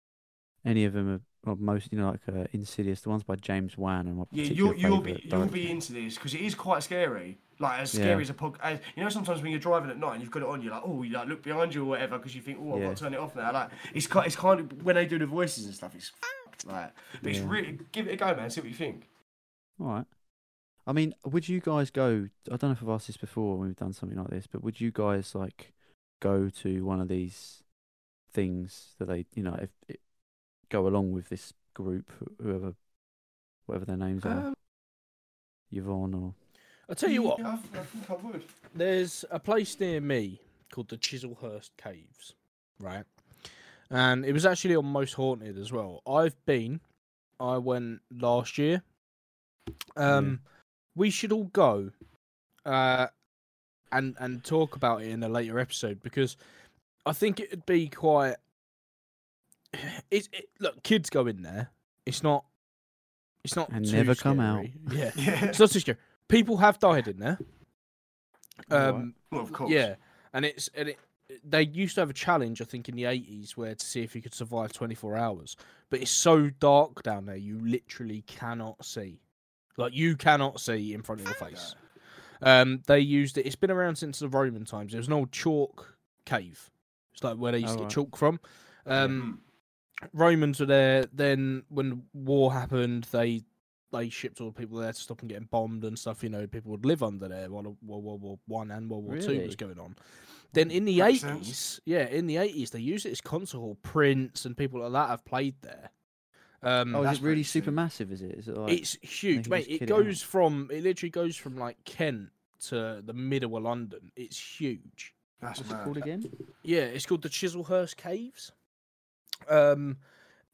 [SPEAKER 3] Any of them are well, most you know like uh, Insidious, the ones by James Wan. and my
[SPEAKER 1] Yeah,
[SPEAKER 3] particular
[SPEAKER 1] you'll you'll be
[SPEAKER 3] favourite
[SPEAKER 1] you'll be
[SPEAKER 3] director.
[SPEAKER 1] into this because it is quite scary. Like as
[SPEAKER 3] Yeah.
[SPEAKER 1] scary as a pod. As, you know, sometimes when you're driving at night and you've got it on, you're like, oh, you like look behind you or whatever because you think, oh, I've
[SPEAKER 3] Yeah.
[SPEAKER 1] got to turn it off now. Like it's kind it's kind of when they do the voices and stuff, it's fucked. Like, but it's
[SPEAKER 3] Yeah.
[SPEAKER 1] really give it a go, man. See what you think.
[SPEAKER 3] All right. I mean, would you guys go? I don't know if I've asked this before when we've done something like this, but would you guys like go to one of these things that they, you know, if it, go along with this group, wh- whoever, whatever their names are,
[SPEAKER 1] Um,
[SPEAKER 3] Yvonne or
[SPEAKER 2] I'll tell you what,
[SPEAKER 1] yeah, I, th- I think I would.
[SPEAKER 2] there's a place near me called the Chiselhurst Caves, right? And it was actually on Most Haunted as well. I've been, I went last year. Um, we should all go, uh, and and talk about it in a later episode because I think it'd be quite. It's it, look, kids go in there. It's not. It's not
[SPEAKER 3] And
[SPEAKER 2] too
[SPEAKER 3] never come out.
[SPEAKER 2] scary. Yeah,
[SPEAKER 1] Yeah.
[SPEAKER 2] it's not too scary. People have died in there.
[SPEAKER 3] Right.
[SPEAKER 2] Um,
[SPEAKER 1] well, of course.
[SPEAKER 2] yeah, and it's and it. They used to have a challenge, I think, in the eighties, where to see if you could survive twenty four hours. But it's so dark down there, you literally cannot see. Like you cannot see in front of your face. Um, they used it. It's been around since the Roman times. There was an old chalk cave. It's like where they used to get
[SPEAKER 3] Alright.
[SPEAKER 2] chalk from. Um,
[SPEAKER 1] Mm,
[SPEAKER 2] Romans were there. Then when war happened, they they shipped all the people there to stop them getting bombed and stuff. You know, people would live under there while World World War One and World War Two
[SPEAKER 3] Really?
[SPEAKER 2] was going on. Then in the
[SPEAKER 1] Makes sense.
[SPEAKER 2] eighties, yeah, in the eighties, they used it as concert hall. Prince and people like that have played there. Um,
[SPEAKER 3] oh,
[SPEAKER 1] Mm,
[SPEAKER 3] is
[SPEAKER 1] that's
[SPEAKER 3] it really
[SPEAKER 1] pretty sick.
[SPEAKER 3] super massive? Is it? Is it Oh, like
[SPEAKER 2] it's huge,
[SPEAKER 3] can
[SPEAKER 2] mate.
[SPEAKER 3] just
[SPEAKER 2] It
[SPEAKER 3] kid it out.
[SPEAKER 2] goes from it literally goes from like Kent to the middle of London. It's huge.
[SPEAKER 1] that's
[SPEAKER 3] what's it
[SPEAKER 1] mad.
[SPEAKER 3] called again?
[SPEAKER 2] Yeah, it's called the Chiselhurst Caves. Um,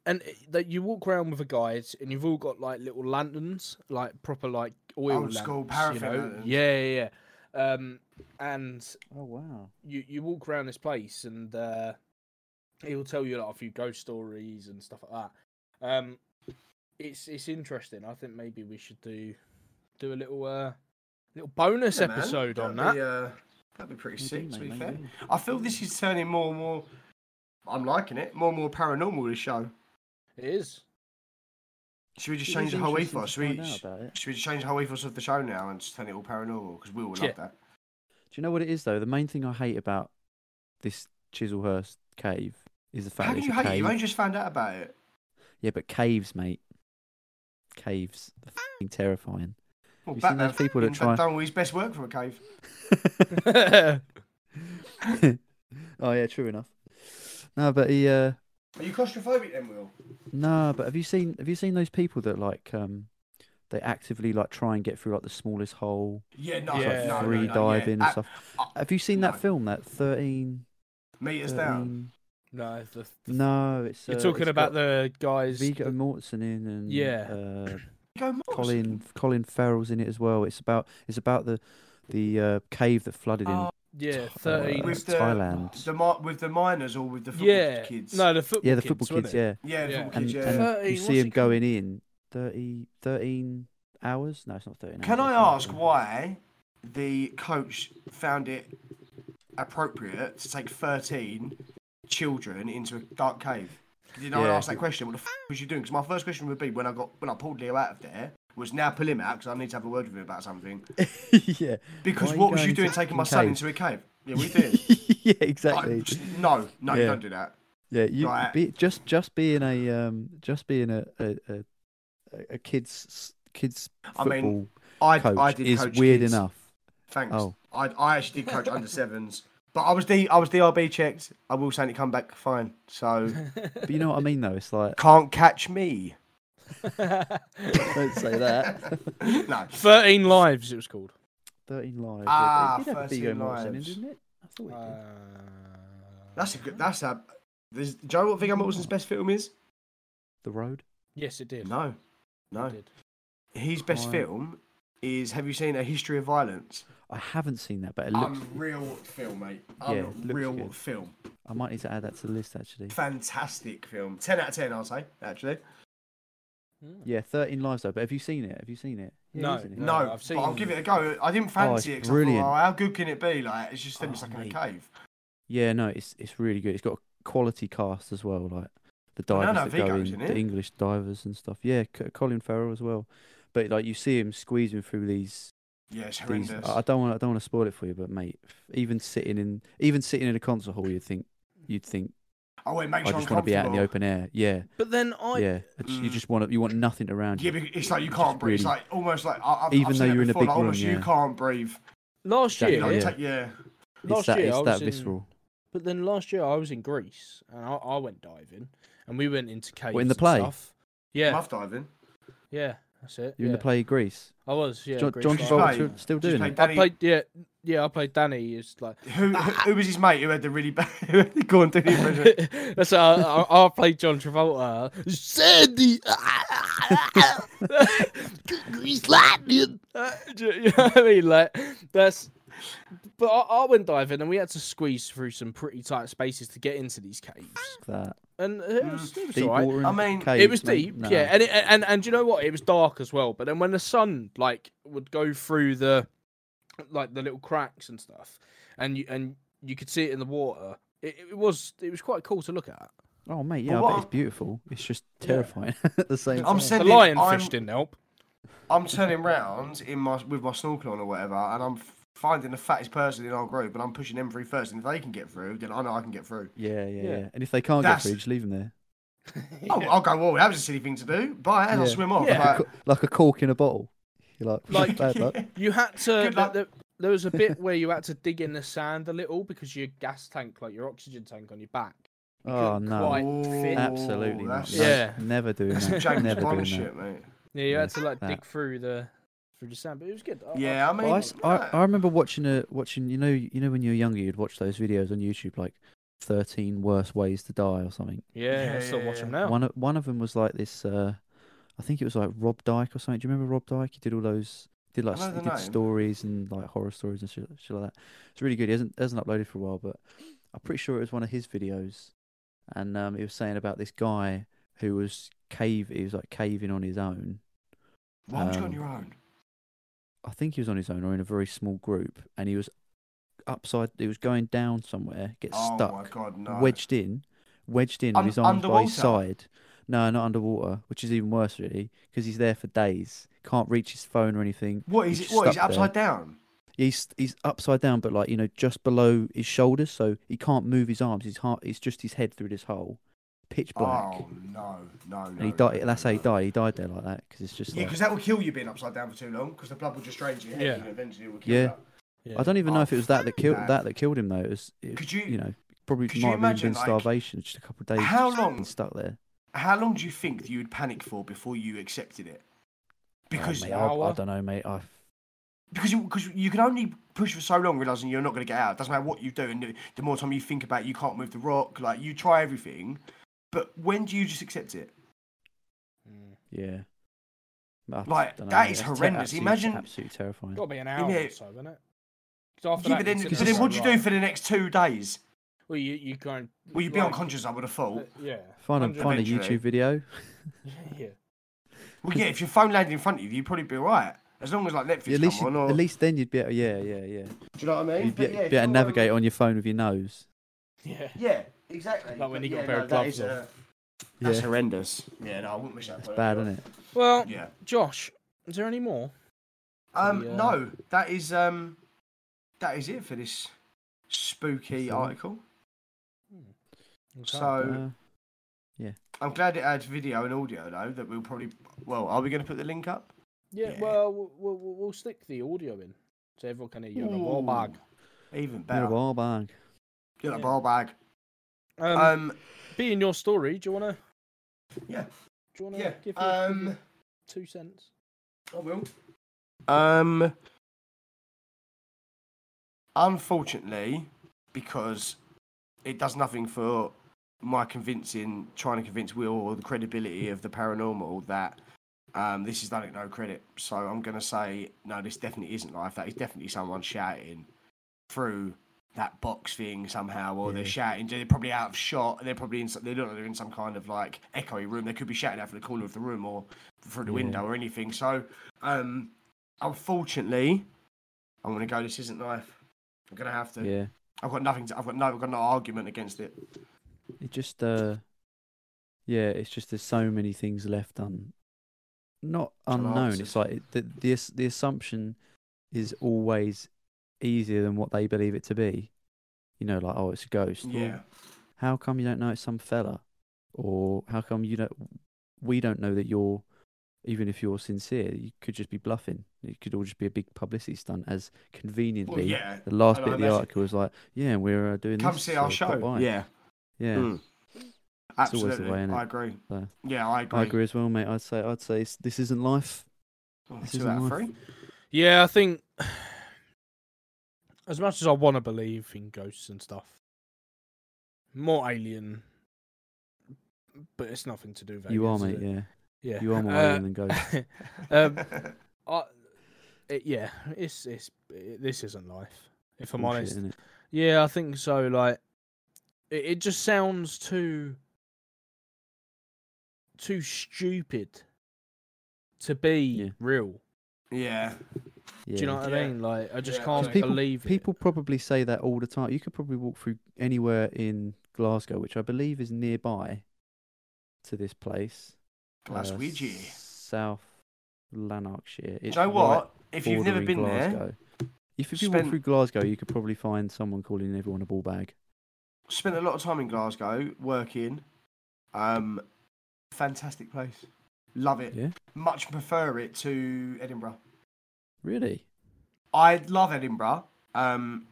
[SPEAKER 2] and it- that you walk around with a guide, and you've all got like little lanterns, like proper like oil
[SPEAKER 1] Old
[SPEAKER 2] lamps,
[SPEAKER 1] school
[SPEAKER 2] you
[SPEAKER 1] paraffin
[SPEAKER 2] know?
[SPEAKER 1] lanterns.
[SPEAKER 2] Yeah, yeah, yeah. Um, and
[SPEAKER 3] Oh wow.
[SPEAKER 2] you you walk around this place and uh he will tell you like a few ghost stories and stuff like that um it's it's interesting i think maybe we should do do a little uh little bonus
[SPEAKER 1] Yeah, man.
[SPEAKER 2] episode on
[SPEAKER 1] That'd
[SPEAKER 2] that
[SPEAKER 1] be, uh, That'd be pretty sick, to be fair. I feel this is turning more and more. I'm liking it. More and more paranormal. This show.
[SPEAKER 2] It is.
[SPEAKER 1] Should we just
[SPEAKER 3] It
[SPEAKER 1] change
[SPEAKER 3] is
[SPEAKER 1] the whole
[SPEAKER 3] interesting to
[SPEAKER 1] ethos? Should we,
[SPEAKER 3] find out
[SPEAKER 1] sh-
[SPEAKER 3] about it.
[SPEAKER 1] should we just change the whole ethos of the show now and just turn it all paranormal? Because we all love
[SPEAKER 2] Yeah.
[SPEAKER 1] that.
[SPEAKER 3] Do you know what it is though? The main thing I hate about this Chiselhurst cave is the fact
[SPEAKER 1] How
[SPEAKER 3] that
[SPEAKER 1] can
[SPEAKER 3] it's
[SPEAKER 1] you
[SPEAKER 3] a
[SPEAKER 1] hate it?
[SPEAKER 3] cave.
[SPEAKER 1] You only just found out about it.
[SPEAKER 3] Yeah, but caves, mate. Caves, are f***ing terrifying.
[SPEAKER 1] Well,
[SPEAKER 3] You seen
[SPEAKER 1] Batman
[SPEAKER 3] those people that
[SPEAKER 1] fucking
[SPEAKER 3] try-
[SPEAKER 1] done all his best work from a cave.
[SPEAKER 3] oh yeah, true enough. No, but he. Uh,
[SPEAKER 1] Are you claustrophobic then, Will?
[SPEAKER 3] no, but have you seen have you seen those people that like um they actively like try and get through like the smallest hole,
[SPEAKER 1] Yeah, no,
[SPEAKER 3] like
[SPEAKER 2] Yeah.
[SPEAKER 1] no,
[SPEAKER 3] free
[SPEAKER 1] no, no, yeah.
[SPEAKER 3] diving
[SPEAKER 1] Ah,
[SPEAKER 3] and stuff?
[SPEAKER 1] ah,
[SPEAKER 3] Have you seen
[SPEAKER 1] no.
[SPEAKER 3] that film that 13,
[SPEAKER 1] Meters down.
[SPEAKER 3] 13
[SPEAKER 2] no, the, the-
[SPEAKER 3] No, it's
[SPEAKER 2] You're
[SPEAKER 3] uh,
[SPEAKER 2] talking
[SPEAKER 3] it's
[SPEAKER 2] about
[SPEAKER 3] got
[SPEAKER 2] the guys.
[SPEAKER 3] Viggo
[SPEAKER 2] that-
[SPEAKER 3] Mortensen in and
[SPEAKER 2] Yeah.
[SPEAKER 3] uh,
[SPEAKER 1] Go Morrison.
[SPEAKER 3] Colin Colin Farrell's in it as well. It's about it's about the the uh, cave that flooded in
[SPEAKER 1] Oh,
[SPEAKER 2] yeah,
[SPEAKER 3] Tha-
[SPEAKER 2] thirteen.
[SPEAKER 3] uh,
[SPEAKER 1] With the-
[SPEAKER 3] Thailand.
[SPEAKER 1] The mi- with the miners or with the football
[SPEAKER 2] yeah,
[SPEAKER 1] kids?
[SPEAKER 2] no, the football.
[SPEAKER 3] yeah, the football
[SPEAKER 2] wasn't
[SPEAKER 3] kids.
[SPEAKER 2] it?
[SPEAKER 3] Yeah,
[SPEAKER 1] Yeah, the
[SPEAKER 2] Yeah.
[SPEAKER 1] football
[SPEAKER 3] and,
[SPEAKER 1] kids, yeah.
[SPEAKER 3] and
[SPEAKER 2] Thirteen,
[SPEAKER 3] you
[SPEAKER 2] what's
[SPEAKER 3] see
[SPEAKER 2] it
[SPEAKER 3] him
[SPEAKER 2] called?
[SPEAKER 3] going in 30, 13 hours. No, it's not thirteen.
[SPEAKER 1] Can I
[SPEAKER 3] hours, it's
[SPEAKER 1] ask
[SPEAKER 3] not
[SPEAKER 1] why the coach found it appropriate to take 13 children into a dark cave? Did I
[SPEAKER 3] Yeah.
[SPEAKER 1] ask that question? What the f was you doing? Because my first question would be when I got when I pulled Leo out of there was now pull him out because I need to have a word with him about something.
[SPEAKER 3] 13. yeah.
[SPEAKER 1] Because
[SPEAKER 3] Why are
[SPEAKER 1] what was
[SPEAKER 3] going
[SPEAKER 1] you
[SPEAKER 3] into
[SPEAKER 1] doing taking my
[SPEAKER 3] fucking
[SPEAKER 1] son
[SPEAKER 3] cave?
[SPEAKER 1] into a cave? Yeah, we did.
[SPEAKER 3] yeah,
[SPEAKER 1] I-
[SPEAKER 3] exactly.
[SPEAKER 1] no, no, you
[SPEAKER 3] Yeah.
[SPEAKER 1] don't do that.
[SPEAKER 3] Yeah, you
[SPEAKER 1] Right.
[SPEAKER 3] be, just just being a um just being a a, a, a kids s- kids
[SPEAKER 1] I
[SPEAKER 3] football
[SPEAKER 1] mean, I,
[SPEAKER 3] coach
[SPEAKER 1] I did
[SPEAKER 3] is
[SPEAKER 1] coach
[SPEAKER 3] weird
[SPEAKER 1] kids.
[SPEAKER 3] enough.
[SPEAKER 1] Thanks.
[SPEAKER 3] Oh.
[SPEAKER 1] I, I actually did coach under sevens, but I was D I was DRB checked. I will say it come back fine. So
[SPEAKER 3] But you know what I mean though. It's like
[SPEAKER 1] can't catch me.
[SPEAKER 3] don't say that.
[SPEAKER 1] no.
[SPEAKER 2] Thirteen lives. It was called.
[SPEAKER 3] Thirteen lives.
[SPEAKER 1] Ah,
[SPEAKER 3] it did
[SPEAKER 1] 13
[SPEAKER 3] have Viggo Mortensen in,
[SPEAKER 1] Lives.
[SPEAKER 3] didn't it? I thought it did.
[SPEAKER 2] Uh,
[SPEAKER 1] That's a good. That's a. There's, do you know what Viggo Mortensen's best film is?
[SPEAKER 3] The road.
[SPEAKER 2] Yes, it did.
[SPEAKER 1] No,
[SPEAKER 2] It
[SPEAKER 1] no.
[SPEAKER 2] did.
[SPEAKER 1] His best
[SPEAKER 3] Quiet.
[SPEAKER 1] film is. Have you seen A History of Violence?
[SPEAKER 3] I haven't seen that, but it looks.
[SPEAKER 1] Unreal film, mate.
[SPEAKER 3] Yeah, it looks
[SPEAKER 1] Unreal
[SPEAKER 3] good.
[SPEAKER 1] film.
[SPEAKER 3] I might need to add that to the list actually.
[SPEAKER 1] Fantastic film. Ten out of ten, I'll say. Actually,
[SPEAKER 2] Hmm.
[SPEAKER 3] Yeah, thirteen lives though. But have you seen it? Have you seen it? Yeah,
[SPEAKER 2] No.
[SPEAKER 3] isn't it?
[SPEAKER 1] no,
[SPEAKER 2] No, I've
[SPEAKER 1] but I'll
[SPEAKER 2] seen-
[SPEAKER 1] give it a go. I didn't fancy
[SPEAKER 3] it's
[SPEAKER 1] it. 'cause I thought,
[SPEAKER 3] brilliant.
[SPEAKER 1] "Oh, how good can it be? Like it's just them
[SPEAKER 3] Oh,
[SPEAKER 1] stuck in a
[SPEAKER 3] mate.
[SPEAKER 1] cave.
[SPEAKER 3] Yeah, no, it's it's really good. It's got a quality cast as well, like the
[SPEAKER 1] Well, no,
[SPEAKER 3] divers
[SPEAKER 1] no,
[SPEAKER 3] that go
[SPEAKER 1] Viggo's
[SPEAKER 3] in,
[SPEAKER 1] in
[SPEAKER 3] the
[SPEAKER 1] it.
[SPEAKER 3] English divers and stuff. Yeah, C- Colin Farrell as well. But like you see him squeezing through these,
[SPEAKER 1] Yeah, it's
[SPEAKER 3] these.
[SPEAKER 1] horrendous.
[SPEAKER 3] I I don't want, I don't want to spoil it for you, but mate, even sitting in, even sitting in a concert hall, you'd think, you'd think,
[SPEAKER 1] oh, it makes
[SPEAKER 3] I
[SPEAKER 1] you
[SPEAKER 3] just want to be out in the
[SPEAKER 1] uncomfortable.
[SPEAKER 3] open air. Yeah,
[SPEAKER 2] But then I.
[SPEAKER 3] yeah. I just- You
[SPEAKER 1] Mm.
[SPEAKER 3] just want, to, you want nothing around
[SPEAKER 1] Yeah,
[SPEAKER 3] you.
[SPEAKER 1] because it's like you
[SPEAKER 3] It's
[SPEAKER 1] can't breathe. It's
[SPEAKER 3] really-
[SPEAKER 1] like almost like I, I've,
[SPEAKER 3] Even
[SPEAKER 1] I've
[SPEAKER 3] though
[SPEAKER 1] seen it
[SPEAKER 3] you're in a
[SPEAKER 1] before,
[SPEAKER 3] big
[SPEAKER 1] like,
[SPEAKER 3] room,
[SPEAKER 1] almost you
[SPEAKER 3] yeah.
[SPEAKER 1] can't breathe.
[SPEAKER 2] Last
[SPEAKER 3] Exactly,
[SPEAKER 2] year,
[SPEAKER 1] You know, you
[SPEAKER 3] yeah.
[SPEAKER 1] take- yeah.
[SPEAKER 2] last
[SPEAKER 3] It's that,
[SPEAKER 2] year I
[SPEAKER 3] it's
[SPEAKER 2] was
[SPEAKER 3] that
[SPEAKER 2] in-
[SPEAKER 3] visceral.
[SPEAKER 2] But then last year I was in Greece and I, I went diving and we went into caves.
[SPEAKER 3] in the
[SPEAKER 2] and
[SPEAKER 3] play?
[SPEAKER 2] Stuff. Yeah,
[SPEAKER 1] Muff diving.
[SPEAKER 2] yeah, that's it.
[SPEAKER 3] You're in the
[SPEAKER 2] yeah.
[SPEAKER 3] play of Greece.
[SPEAKER 2] I was. Yeah,
[SPEAKER 3] John,
[SPEAKER 2] Greece
[SPEAKER 3] John
[SPEAKER 2] last
[SPEAKER 1] Travolta
[SPEAKER 2] year.
[SPEAKER 3] Travolta still
[SPEAKER 1] Just
[SPEAKER 3] doing
[SPEAKER 1] play
[SPEAKER 3] it.
[SPEAKER 2] I
[SPEAKER 1] Danny-
[SPEAKER 2] played. Yeah, yeah, I played Danny. It's like
[SPEAKER 1] Who, who
[SPEAKER 2] Ah.
[SPEAKER 1] who was his mate who had the really bad who had the gone to the impression?
[SPEAKER 2] that's how I, I, I played John Travolta. Sandy, he's Latvian. Uh, do you know what I mean? Like that's. But I, I went diving and we had to squeeze through some pretty tight spaces to get into these caves,
[SPEAKER 3] That
[SPEAKER 2] and it was, it was
[SPEAKER 3] deep
[SPEAKER 2] alright.
[SPEAKER 3] water.
[SPEAKER 1] I
[SPEAKER 3] in
[SPEAKER 1] mean, it
[SPEAKER 3] caves,
[SPEAKER 2] it was
[SPEAKER 3] mate.
[SPEAKER 2] deep,
[SPEAKER 3] Nah.
[SPEAKER 2] yeah, and, it, and and do you know what? It was dark as well. But then when the sun like would go through the like the little cracks and stuff, and you and you could see it in the water. It, it was it was quite cool to look at.
[SPEAKER 3] Oh mate,
[SPEAKER 1] what
[SPEAKER 3] yeah, I bet
[SPEAKER 1] I'm-
[SPEAKER 3] it's beautiful. It's just terrifying at the same time.
[SPEAKER 1] I'm
[SPEAKER 2] The
[SPEAKER 1] sending. I'm,
[SPEAKER 2] lionfish didn't help.
[SPEAKER 1] I'm turning round in my with my snorkel on or whatever, and I'm finding the fattest person in our group, and I'm pushing them through first. And if they can get through, then I know I can get through.
[SPEAKER 3] Yeah, yeah,
[SPEAKER 2] Yeah.
[SPEAKER 3] yeah, And if they can't
[SPEAKER 1] That's-
[SPEAKER 3] get through, just leave them there.
[SPEAKER 1] Oh, I'll go. Well, that was a silly thing to do. Bye, and I'll
[SPEAKER 3] Yeah.
[SPEAKER 1] swim off.
[SPEAKER 2] Yeah.
[SPEAKER 1] Like,
[SPEAKER 3] Co- Like a cork in a bottle. You're like,
[SPEAKER 2] Like-
[SPEAKER 3] bad luck.
[SPEAKER 2] You had to.
[SPEAKER 1] Good
[SPEAKER 2] there,
[SPEAKER 1] luck.
[SPEAKER 2] there- there was a bit where you had to dig in the sand a little because your gas tank, like your oxygen tank, on your back. you
[SPEAKER 3] Oh
[SPEAKER 2] couldn't
[SPEAKER 3] no.
[SPEAKER 2] quite fit.
[SPEAKER 3] Absolutely
[SPEAKER 1] Ooh,
[SPEAKER 3] not.
[SPEAKER 1] that's-
[SPEAKER 3] no.
[SPEAKER 2] Yeah.
[SPEAKER 3] Never doing
[SPEAKER 1] That's some
[SPEAKER 3] that.
[SPEAKER 1] James
[SPEAKER 3] Never
[SPEAKER 1] Bond
[SPEAKER 3] doing
[SPEAKER 1] shit,
[SPEAKER 3] that.
[SPEAKER 1] mate.
[SPEAKER 2] Yeah, you had
[SPEAKER 3] Yes,
[SPEAKER 2] to like
[SPEAKER 3] that.
[SPEAKER 2] dig through the through the sand, but it was good. I- I-
[SPEAKER 1] Yeah, I mean,
[SPEAKER 3] Well, I, s- I-
[SPEAKER 1] no.
[SPEAKER 3] I remember watching a watching you know you know when you were younger you'd watch those videos on YouTube like thirteen worst ways to die or something.
[SPEAKER 2] yeah,
[SPEAKER 1] Yeah,
[SPEAKER 2] I still
[SPEAKER 1] yeah,
[SPEAKER 2] watch
[SPEAKER 1] yeah.
[SPEAKER 2] them now.
[SPEAKER 3] One of one of them was like this. Uh, I think it was like Rob Dyke or something. Do you remember Rob Dyke? He did all those did like
[SPEAKER 1] know
[SPEAKER 3] s-
[SPEAKER 1] the
[SPEAKER 3] he did
[SPEAKER 1] name.
[SPEAKER 3] stories and like horror stories and shit, shit like that. It's really good. He hasn't hasn't uploaded for a while, but I'm pretty sure it was one of his videos, and um, he was saying about this guy who was cave. He was like caving on his own.
[SPEAKER 1] Why would you go on
[SPEAKER 3] Um,
[SPEAKER 1] your own?
[SPEAKER 3] I think he was on his own or in a very small group, and he was upside. He was going down somewhere, gets
[SPEAKER 1] oh
[SPEAKER 3] stuck,
[SPEAKER 1] my god, no.
[SPEAKER 3] wedged in, wedged in,
[SPEAKER 1] Un-
[SPEAKER 3] with his arms by his
[SPEAKER 1] underwater?
[SPEAKER 3] side. No, not underwater, which is even worse really, because he's there for days. Can't reach his phone or anything.
[SPEAKER 1] What
[SPEAKER 3] he's
[SPEAKER 1] is it?
[SPEAKER 3] just
[SPEAKER 1] What is it
[SPEAKER 3] stuck there.
[SPEAKER 1] upside down?
[SPEAKER 3] He's he's upside down, but like you know, just below his shoulders, so he can't move his arms. His heart, it's just his head through this hole, pitch black.
[SPEAKER 1] Oh no, no, no.
[SPEAKER 3] and he
[SPEAKER 1] no,
[SPEAKER 3] died.
[SPEAKER 1] no,
[SPEAKER 3] That's how he
[SPEAKER 1] no.
[SPEAKER 3] died. He died there like that because it's just.
[SPEAKER 1] Yeah,
[SPEAKER 3] like-
[SPEAKER 1] because that will kill you being upside down for too long, because the blood will just drain to your head
[SPEAKER 2] Yeah.
[SPEAKER 1] and eventually it will kill
[SPEAKER 3] Yeah.
[SPEAKER 1] you.
[SPEAKER 3] I don't even know
[SPEAKER 1] Oh,
[SPEAKER 3] if it was that that killed
[SPEAKER 1] bad.
[SPEAKER 3] that that killed him though. It was, it,
[SPEAKER 1] Could you-
[SPEAKER 3] you know, probably
[SPEAKER 1] could you
[SPEAKER 3] might have even
[SPEAKER 1] imagine,
[SPEAKER 3] been
[SPEAKER 1] like,
[SPEAKER 3] starvation. just a couple of days.
[SPEAKER 1] how
[SPEAKER 3] just been
[SPEAKER 1] long-
[SPEAKER 3] stuck there? Oh,
[SPEAKER 1] How long do you think that you would panic for before you accepted it? Because
[SPEAKER 3] oh,
[SPEAKER 2] an
[SPEAKER 3] mate, I, I
[SPEAKER 2] hour?
[SPEAKER 3] don't know, mate. I
[SPEAKER 1] because you, cause you can only push for so long, realizing you're not going to get out. Doesn't matter what you do, and the- the more time you think about, it, you can't move the rock. Like you try everything, but when do you just accept it?
[SPEAKER 3] yeah. I
[SPEAKER 1] Like,
[SPEAKER 3] dunno,
[SPEAKER 1] that
[SPEAKER 3] mate,
[SPEAKER 1] is
[SPEAKER 3] that's
[SPEAKER 1] horrendous.
[SPEAKER 3] absolute-
[SPEAKER 1] Imagine-
[SPEAKER 3] absolutely terrifying.
[SPEAKER 2] Got to be an hour
[SPEAKER 1] Yeah.
[SPEAKER 2] or so, isn't it? 'Cause after
[SPEAKER 1] Yeah,
[SPEAKER 2] that,
[SPEAKER 1] but then,
[SPEAKER 2] you
[SPEAKER 1] but
[SPEAKER 2] sit
[SPEAKER 3] it's
[SPEAKER 1] then
[SPEAKER 2] there
[SPEAKER 1] what do you
[SPEAKER 2] and
[SPEAKER 1] do
[SPEAKER 2] like-
[SPEAKER 1] for the next two days?
[SPEAKER 2] Well, you you go. and,
[SPEAKER 1] Well, you'd be
[SPEAKER 2] like,
[SPEAKER 1] unconscious, I would have
[SPEAKER 2] uh,
[SPEAKER 1] thought.
[SPEAKER 2] Yeah.
[SPEAKER 3] Find a
[SPEAKER 2] 100
[SPEAKER 3] find a
[SPEAKER 1] eventually.
[SPEAKER 3] YouTube video.
[SPEAKER 2] Yeah.
[SPEAKER 1] Well, yeah, if your phone landed in front of you, you'd probably be alright. As long as like Netflix
[SPEAKER 3] at least
[SPEAKER 1] come on,
[SPEAKER 3] you-
[SPEAKER 1] or
[SPEAKER 3] at least then you'd be able. Yeah, yeah, yeah.
[SPEAKER 1] do you know what I mean?
[SPEAKER 3] You'd be,
[SPEAKER 1] But yeah, if
[SPEAKER 3] be able to
[SPEAKER 1] you're,
[SPEAKER 3] navigate on your phone with your nose.
[SPEAKER 2] Yeah.
[SPEAKER 1] um, Yeah, exactly.
[SPEAKER 2] Like when
[SPEAKER 1] But
[SPEAKER 2] he got
[SPEAKER 1] yeah,
[SPEAKER 2] a pair
[SPEAKER 1] no,
[SPEAKER 2] of
[SPEAKER 1] that
[SPEAKER 2] gloves
[SPEAKER 1] is,
[SPEAKER 2] on.
[SPEAKER 1] uh, That's
[SPEAKER 3] yeah,
[SPEAKER 1] horrendous. Yeah, no, I wouldn't wish that.
[SPEAKER 3] it's
[SPEAKER 1] upon
[SPEAKER 3] bad,
[SPEAKER 1] anyone.
[SPEAKER 3] isn't it?
[SPEAKER 2] Well,
[SPEAKER 1] Yeah.
[SPEAKER 2] Josh, is there any more?
[SPEAKER 1] Um,
[SPEAKER 2] Yeah.
[SPEAKER 1] no, that is um, that is it for this spooky
[SPEAKER 3] That's all.
[SPEAKER 1] article.
[SPEAKER 2] Okay.
[SPEAKER 1] So
[SPEAKER 3] Uh,
[SPEAKER 1] I'm glad it had video and audio though. That we'll probably well, are we going to put the link up?
[SPEAKER 2] yeah,
[SPEAKER 1] yeah.
[SPEAKER 2] well, we'll, we'll we'll stick the audio in so everyone can hear you in a wall bag.
[SPEAKER 1] Even
[SPEAKER 3] yeah,
[SPEAKER 1] better.
[SPEAKER 3] a while back.
[SPEAKER 1] Get a
[SPEAKER 2] Yeah.
[SPEAKER 1] ball bag.
[SPEAKER 2] Um,
[SPEAKER 1] Um,
[SPEAKER 2] being your story, do you wanna?
[SPEAKER 1] Yeah.
[SPEAKER 2] Do you wanna
[SPEAKER 1] yeah.
[SPEAKER 2] give your
[SPEAKER 1] Um,
[SPEAKER 2] two cents?
[SPEAKER 1] I will. Um, unfortunately, because it does nothing for my convincing, trying to convince Will or the credibility of the paranormal that um, this is done at no credit. So I'm going to say, no, this definitely isn't life. That is definitely someone shouting through that box thing somehow, or they're
[SPEAKER 3] Yeah.
[SPEAKER 1] shouting. They're probably out of shot. They're probably in. some- They look like they're in some kind of like echoey room. They could be shouting out from the corner of the room or through the
[SPEAKER 3] Yeah.
[SPEAKER 1] window or anything. So, um, unfortunately, I'm going to go. This isn't life. I'm going to have to.
[SPEAKER 3] Yeah.
[SPEAKER 1] I've got nothing. To, I've got no. I've got no argument against it.
[SPEAKER 3] It just uh yeah, it's just there's so many things left un not
[SPEAKER 1] Unanswered.
[SPEAKER 3] unknown. It's like it- the the ass- the assumption is always easier than what they believe it to be. You know, like oh, it's a ghost. Well,
[SPEAKER 1] Yeah.
[SPEAKER 3] How come you don't know it's some fella, or how come you don't? We don't know that you're. Even if you're sincere, you could just be bluffing. It could all just be a big publicity stunt. As conveniently,
[SPEAKER 1] Well, yeah.
[SPEAKER 3] the last
[SPEAKER 1] and
[SPEAKER 3] bit
[SPEAKER 1] I
[SPEAKER 3] of the
[SPEAKER 1] imagine-
[SPEAKER 3] article was like, "Yeah, we're uh, doing
[SPEAKER 1] Come
[SPEAKER 3] this,
[SPEAKER 1] see our
[SPEAKER 3] so
[SPEAKER 1] show.
[SPEAKER 3] pop by."
[SPEAKER 1] Yeah.
[SPEAKER 3] yeah.
[SPEAKER 1] Mm.
[SPEAKER 3] It's always the
[SPEAKER 1] Absolutely.
[SPEAKER 3] way, innit?
[SPEAKER 1] I agree.
[SPEAKER 3] So-
[SPEAKER 1] Yeah, I agree.
[SPEAKER 3] I agree as well, mate. I'd say I'd say s- this isn't life.
[SPEAKER 1] Oh,
[SPEAKER 3] This
[SPEAKER 1] two
[SPEAKER 3] isn't
[SPEAKER 1] out of
[SPEAKER 3] life.
[SPEAKER 1] three.
[SPEAKER 2] Yeah, I think as much as I want to believe in ghosts and stuff, more alien, but it's nothing to do with
[SPEAKER 3] you are,
[SPEAKER 2] aliens,
[SPEAKER 3] mate.
[SPEAKER 2] is it?
[SPEAKER 3] Yeah.
[SPEAKER 2] Yeah,
[SPEAKER 3] you are more
[SPEAKER 2] Uh,
[SPEAKER 3] alien than ghost.
[SPEAKER 2] um, I, it, yeah, it's it's it, this isn't life. If I'm honest,
[SPEAKER 3] Bullshit, innit?
[SPEAKER 2] yeah, I think so. Like, it, it just sounds too too stupid to be
[SPEAKER 3] Yeah.
[SPEAKER 2] real.
[SPEAKER 1] yeah.
[SPEAKER 3] Yeah.
[SPEAKER 2] Do you know what I
[SPEAKER 1] Yeah.
[SPEAKER 2] mean? Like, I just
[SPEAKER 1] Yeah,
[SPEAKER 2] can't
[SPEAKER 1] Because
[SPEAKER 3] people-
[SPEAKER 2] believe it.
[SPEAKER 3] People probably say that all the time. You could probably walk through anywhere in Glasgow, which I believe is nearby to this place. uh,
[SPEAKER 1] Glaswegian.
[SPEAKER 3] South Lanarkshire.
[SPEAKER 1] Do you
[SPEAKER 3] It's
[SPEAKER 1] know
[SPEAKER 3] right
[SPEAKER 1] what? If you've never
[SPEAKER 3] bordering
[SPEAKER 1] been there,
[SPEAKER 3] Glasgow. If, if you walk
[SPEAKER 1] spend-
[SPEAKER 3] through Glasgow, you could probably find someone calling everyone a ball bag.
[SPEAKER 1] spent a lot of time in Glasgow working. Um, fantastic place. Love it.
[SPEAKER 3] Yeah.
[SPEAKER 1] Much prefer it to Edinburgh.
[SPEAKER 3] Really?
[SPEAKER 1] I love Edinburgh. Um,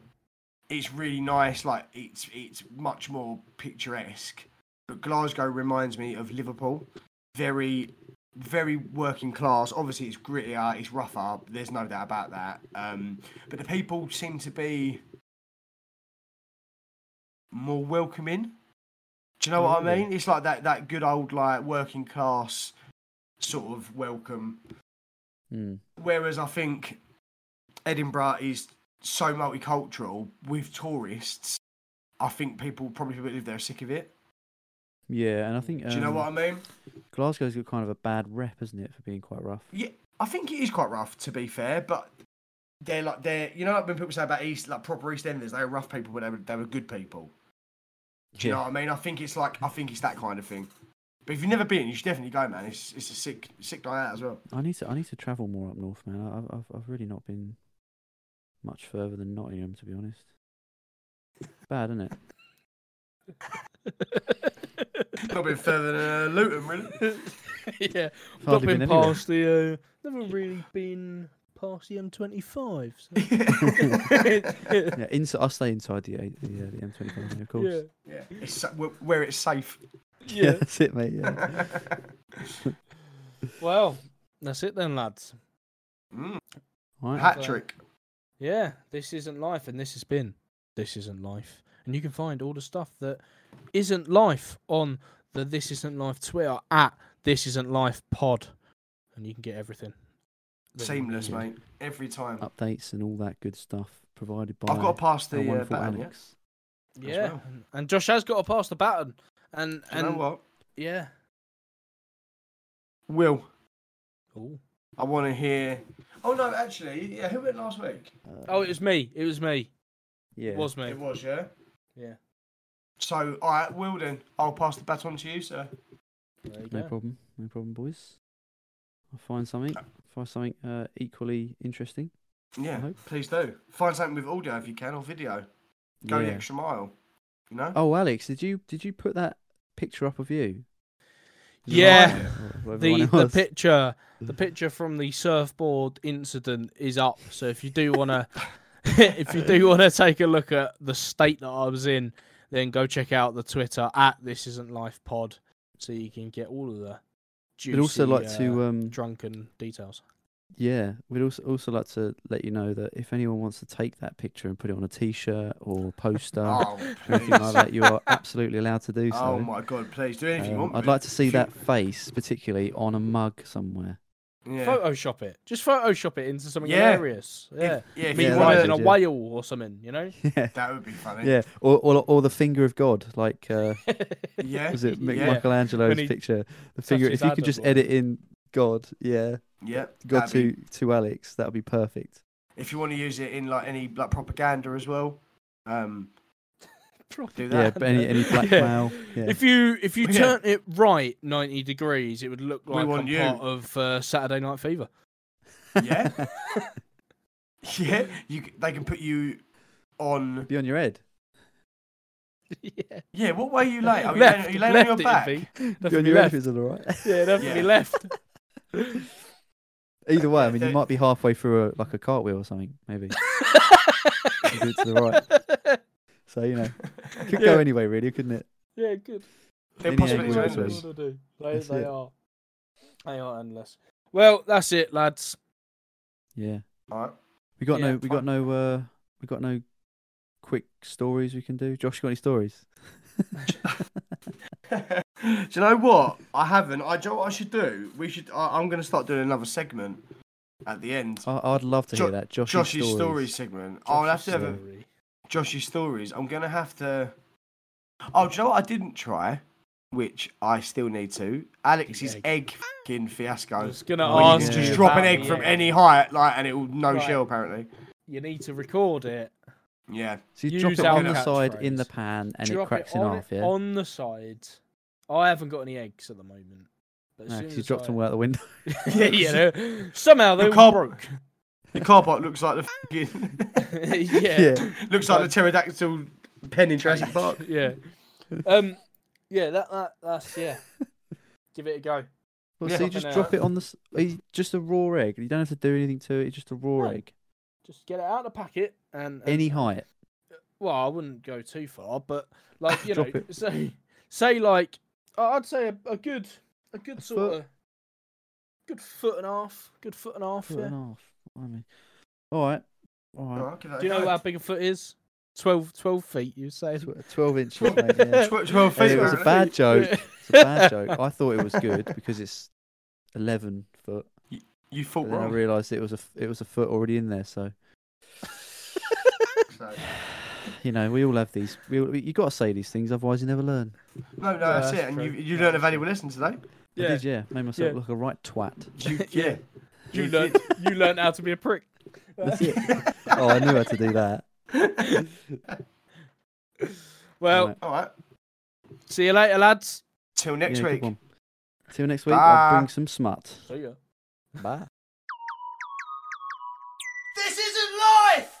[SPEAKER 1] it's really nice. Like it's it's much more picturesque. But Glasgow reminds me of Liverpool. Very, very working class. Obviously, it's grittier, it's rougher. There's no doubt about that. Um, but the people seem to be more welcoming. Do you know what I
[SPEAKER 3] Really?
[SPEAKER 1] mean? It's like that that good old like working class sort of welcome.
[SPEAKER 3] Hmm.
[SPEAKER 1] Whereas I think Edinburgh is so multicultural with tourists, I think people probably who live there are sick of it.
[SPEAKER 3] Yeah, and I think um,
[SPEAKER 1] Do you know what I mean?
[SPEAKER 3] Glasgow's got kind of a bad rep, isn't it, for being quite rough?
[SPEAKER 1] I think it is quite rough, to be fair, but they're like they're you know like when people say about East like proper EastEnders, they were rough people, but they were they were good people. Do you know what I mean? I think it's like I think it's that kind of thing. But if you've never been, you should definitely go, man. It's it's a sick sick night out as well.
[SPEAKER 3] I need to I need to travel more up north, man. I- I've I've, I've really not been much further than Nottingham, to be honest. Bad, isn't it?
[SPEAKER 1] Not been further than uh, Luton, really.
[SPEAKER 2] yeah, not
[SPEAKER 3] hardly
[SPEAKER 2] been,
[SPEAKER 3] been anywhere.
[SPEAKER 2] past the. Uh, never really been past the M25. So.
[SPEAKER 3] Yeah, ins- I stay inside the A- the, uh, the M25, mate, of course.
[SPEAKER 2] yeah,
[SPEAKER 1] yeah, it's sa- where- where it's safe.
[SPEAKER 3] Yeah,
[SPEAKER 2] yeah.
[SPEAKER 3] that's it, mate. Yeah.
[SPEAKER 2] well, that's it then, lads.
[SPEAKER 1] Mm,
[SPEAKER 3] All right.
[SPEAKER 1] Hat trick.
[SPEAKER 2] Yeah, this isn't life, and this has been this isn't life, and you can find all the stuff that isn't life on the This Isn't Life Twitter at This Isn't Life Pod, and you can get everything. that you
[SPEAKER 1] Seamless,
[SPEAKER 2] need.
[SPEAKER 1] mate. Every
[SPEAKER 3] Oh,
[SPEAKER 1] time.
[SPEAKER 3] Updates and all that good stuff provided by
[SPEAKER 1] I've got to pass
[SPEAKER 3] our
[SPEAKER 1] the uh,
[SPEAKER 3] wonderful
[SPEAKER 1] baton. Yeah.
[SPEAKER 3] Alex.
[SPEAKER 1] as
[SPEAKER 2] Yeah,
[SPEAKER 1] well.
[SPEAKER 2] and- and Josh has got to pass the baton, and
[SPEAKER 1] Do you know
[SPEAKER 2] and
[SPEAKER 1] what?
[SPEAKER 2] yeah.
[SPEAKER 1] Will,
[SPEAKER 2] Ooh.
[SPEAKER 1] I want to hear. Oh no, actually, yeah. Who went last week?
[SPEAKER 3] Uh,
[SPEAKER 2] Oh, it was me. It was me.
[SPEAKER 3] yeah.
[SPEAKER 2] It was me.
[SPEAKER 1] It was, yeah.
[SPEAKER 2] Yeah.
[SPEAKER 1] So, all right, Will, then I'll pass the baton to you, sir.
[SPEAKER 2] There you
[SPEAKER 3] No
[SPEAKER 2] go.
[SPEAKER 3] problem. No problem, boys. I'll find something. Find something uh, equally interesting. I
[SPEAKER 1] Yeah,
[SPEAKER 3] hope.
[SPEAKER 1] please do. Find something with audio if you can, or video. Go the
[SPEAKER 3] Yeah.
[SPEAKER 1] extra mile. You know.
[SPEAKER 3] Oh, Alex, did you did you put that picture up of you? Did you
[SPEAKER 2] Yeah.
[SPEAKER 3] like it, or whatever one
[SPEAKER 2] The
[SPEAKER 3] it
[SPEAKER 2] the
[SPEAKER 3] was?
[SPEAKER 2] picture the picture from the surfboard incident is up. So if you do wanna if you do wanna take a look at the state that I was in, then go check out the Twitter at This Isn't Life Pod, so you can get all of the. Juicy,
[SPEAKER 3] We'd also like to
[SPEAKER 2] uh,
[SPEAKER 3] um,
[SPEAKER 2] drunken details.
[SPEAKER 3] yeah, we'd also also like to let you know that if anyone wants to take that picture and put it on a T-shirt or poster or
[SPEAKER 1] Oh,
[SPEAKER 3] anything like
[SPEAKER 1] please.
[SPEAKER 3] that, you are absolutely allowed to do so.
[SPEAKER 1] Oh my god, please do anything you
[SPEAKER 3] Um,
[SPEAKER 1] want.
[SPEAKER 3] I'd
[SPEAKER 1] mate.
[SPEAKER 3] like to see
[SPEAKER 1] Shoot.
[SPEAKER 3] that face, particularly on a mug somewhere.
[SPEAKER 1] Yeah.
[SPEAKER 2] Photoshop it. Just Photoshop it into something
[SPEAKER 1] Yeah.
[SPEAKER 2] hilarious.
[SPEAKER 1] If-
[SPEAKER 2] Yeah.
[SPEAKER 1] yeah, if
[SPEAKER 2] Me
[SPEAKER 1] you
[SPEAKER 3] Yeah,
[SPEAKER 1] want
[SPEAKER 3] that'd
[SPEAKER 2] riding
[SPEAKER 1] to.
[SPEAKER 3] be-
[SPEAKER 2] a
[SPEAKER 3] good, yeah.
[SPEAKER 2] whale or something, you know?
[SPEAKER 3] yeah,
[SPEAKER 1] That would be funny.
[SPEAKER 3] yeah, or, or or the finger of God, like uh,
[SPEAKER 1] Yeah.
[SPEAKER 3] was it Mic-
[SPEAKER 2] Yeah.
[SPEAKER 3] Michelangelo's
[SPEAKER 2] When he
[SPEAKER 3] picture? The
[SPEAKER 2] touches
[SPEAKER 3] figure. If you could just
[SPEAKER 2] Adam.
[SPEAKER 3] edit in God, yeah,
[SPEAKER 1] Yeah.
[SPEAKER 3] God
[SPEAKER 1] that'd be-
[SPEAKER 3] to to Alex, that would be perfect.
[SPEAKER 1] If you want to use it in like any like propaganda as well, um, do
[SPEAKER 3] Yeah,
[SPEAKER 1] that.
[SPEAKER 3] but any any blackmail. Yeah.
[SPEAKER 2] If you if you
[SPEAKER 1] Yeah.
[SPEAKER 2] turn it right ninety degrees, it would look
[SPEAKER 1] We
[SPEAKER 2] like a
[SPEAKER 1] want you.
[SPEAKER 2] part of uh, Saturday Night Fever.
[SPEAKER 1] Yeah. yeah. You. c- They can put you on.
[SPEAKER 3] be on your head.
[SPEAKER 2] yeah.
[SPEAKER 1] Yeah. What way are you lay? Are you
[SPEAKER 2] left,
[SPEAKER 1] laying, are you laying
[SPEAKER 2] left
[SPEAKER 1] on
[SPEAKER 2] it'd
[SPEAKER 1] your back?
[SPEAKER 2] be.
[SPEAKER 3] Be on
[SPEAKER 2] Definitely
[SPEAKER 3] your head if
[SPEAKER 2] left.
[SPEAKER 3] it's all right.
[SPEAKER 2] Yeah, definitely
[SPEAKER 1] Yeah.
[SPEAKER 2] left.
[SPEAKER 3] Either way, I mean, you
[SPEAKER 1] Yeah.
[SPEAKER 3] might be halfway through a, like a cartwheel or something, maybe. You do it to the right. So you know, could go
[SPEAKER 2] Yeah.
[SPEAKER 3] anyway, really, couldn't it?
[SPEAKER 2] Yeah, good.
[SPEAKER 1] They're
[SPEAKER 3] Any
[SPEAKER 1] possibly
[SPEAKER 3] angle
[SPEAKER 2] That's what
[SPEAKER 3] That's
[SPEAKER 2] they
[SPEAKER 3] between.
[SPEAKER 1] endless.
[SPEAKER 2] wanna do. They,
[SPEAKER 3] That's
[SPEAKER 2] they
[SPEAKER 3] it.
[SPEAKER 2] are. They are endless. Well, that's it, lads.
[SPEAKER 3] Yeah.
[SPEAKER 1] All right.
[SPEAKER 3] We got
[SPEAKER 2] Yeah,
[SPEAKER 3] no, we got
[SPEAKER 1] fine.
[SPEAKER 3] no, uh, we got no quick stories we can do. Josh, you got any stories?
[SPEAKER 1] do you know what? I haven't. I do. you know What I should do. We should. I, I'm going to start doing another segment at the end.
[SPEAKER 3] I, I'd love to
[SPEAKER 1] Jo-
[SPEAKER 3] hear that. Josh's,
[SPEAKER 1] Josh's
[SPEAKER 3] stories.
[SPEAKER 1] stories segment. I'll have to have a,
[SPEAKER 2] Sorry.
[SPEAKER 1] Josh's stories. I'm gonna have to. Oh, do you know what I didn't try, which I still need to. Alex's
[SPEAKER 2] egg.
[SPEAKER 1] egg fing
[SPEAKER 2] I
[SPEAKER 1] fiasco.
[SPEAKER 2] was gonna
[SPEAKER 3] Well,
[SPEAKER 1] Where you can
[SPEAKER 2] ask
[SPEAKER 3] yeah.
[SPEAKER 2] Oh, you
[SPEAKER 1] just drop an
[SPEAKER 2] about
[SPEAKER 1] egg
[SPEAKER 2] the
[SPEAKER 1] from any height, like, and it will no
[SPEAKER 2] Right.
[SPEAKER 1] shell apparently.
[SPEAKER 2] You need to record it.
[SPEAKER 1] Yeah,
[SPEAKER 3] So you drop
[SPEAKER 2] Use
[SPEAKER 3] it
[SPEAKER 1] our
[SPEAKER 3] on the side in the
[SPEAKER 2] catchphrase.
[SPEAKER 3] pan, and
[SPEAKER 2] Drop
[SPEAKER 3] it cracks in
[SPEAKER 2] on
[SPEAKER 3] half. Yeah.
[SPEAKER 2] On the side. I haven't got any eggs at the moment. But as
[SPEAKER 3] No,
[SPEAKER 2] soon
[SPEAKER 3] 'cause
[SPEAKER 2] as
[SPEAKER 3] you dropped
[SPEAKER 2] I-
[SPEAKER 3] them all out the window.
[SPEAKER 2] yeah, you know. Somehow they
[SPEAKER 1] The
[SPEAKER 2] all
[SPEAKER 1] car-
[SPEAKER 2] broke.
[SPEAKER 1] the car park looks like the fing
[SPEAKER 2] yeah.
[SPEAKER 1] looks like the pterodactyl pen in Jurassic Park.
[SPEAKER 2] Yeah. Um yeah, that, that that's yeah. Give it a go.
[SPEAKER 3] Well,
[SPEAKER 1] Yeah.
[SPEAKER 3] so you
[SPEAKER 1] Drop
[SPEAKER 3] just
[SPEAKER 2] in
[SPEAKER 3] drop
[SPEAKER 2] a-
[SPEAKER 3] it on the, s- you- just a raw egg. You don't have to do anything to it. It's just a raw
[SPEAKER 2] No.
[SPEAKER 3] egg,
[SPEAKER 2] Just get it out of the packet and, and-
[SPEAKER 3] any height.
[SPEAKER 2] well, I wouldn't go too far, but like you know,
[SPEAKER 3] Drop
[SPEAKER 2] say say like I- I'd say a, a good a good
[SPEAKER 3] A
[SPEAKER 2] sort
[SPEAKER 3] foot.
[SPEAKER 2] of good foot and a half. Good foot and a half,
[SPEAKER 3] Foot
[SPEAKER 2] yeah.
[SPEAKER 3] and a half. I mean, all right, all right.
[SPEAKER 1] Alright, give that a
[SPEAKER 2] Do you know
[SPEAKER 1] go.
[SPEAKER 2] how big a foot is? 12, 12 feet, you say?
[SPEAKER 3] Tw- Twelve inch. long, mate, yeah.
[SPEAKER 1] Tw- Twelve
[SPEAKER 3] Hey,
[SPEAKER 1] feet.
[SPEAKER 3] it was a
[SPEAKER 1] apparently.
[SPEAKER 3] bad joke. It's a bad joke. I thought it was good because it's eleven foot.
[SPEAKER 1] You thought
[SPEAKER 3] But then I
[SPEAKER 1] Oh, wrong.
[SPEAKER 3] realised it was a f- it was a foot already in there. So
[SPEAKER 1] so-
[SPEAKER 3] you know, we all have these. We, all- you got to say these things, otherwise you never learn.
[SPEAKER 1] No, no,
[SPEAKER 2] Yeah,
[SPEAKER 1] that's
[SPEAKER 2] that's
[SPEAKER 1] it. And you
[SPEAKER 2] true.
[SPEAKER 1] you learned a valuable lesson today.
[SPEAKER 3] I did, yeah. Made myself
[SPEAKER 2] Yeah.
[SPEAKER 3] look a right twat.
[SPEAKER 1] You, yeah,
[SPEAKER 2] You learned you learned how to be a prick.
[SPEAKER 3] That's it. oh, I knew how to do that.
[SPEAKER 2] Well,
[SPEAKER 3] Right.
[SPEAKER 1] All right.
[SPEAKER 2] see you later, lads.
[SPEAKER 1] Till next
[SPEAKER 3] Yeah, good
[SPEAKER 1] week.
[SPEAKER 3] one. Till next week, I'll bring
[SPEAKER 1] Bye.
[SPEAKER 3] some smut.
[SPEAKER 2] See ya.
[SPEAKER 3] Bye.
[SPEAKER 1] This isn't life.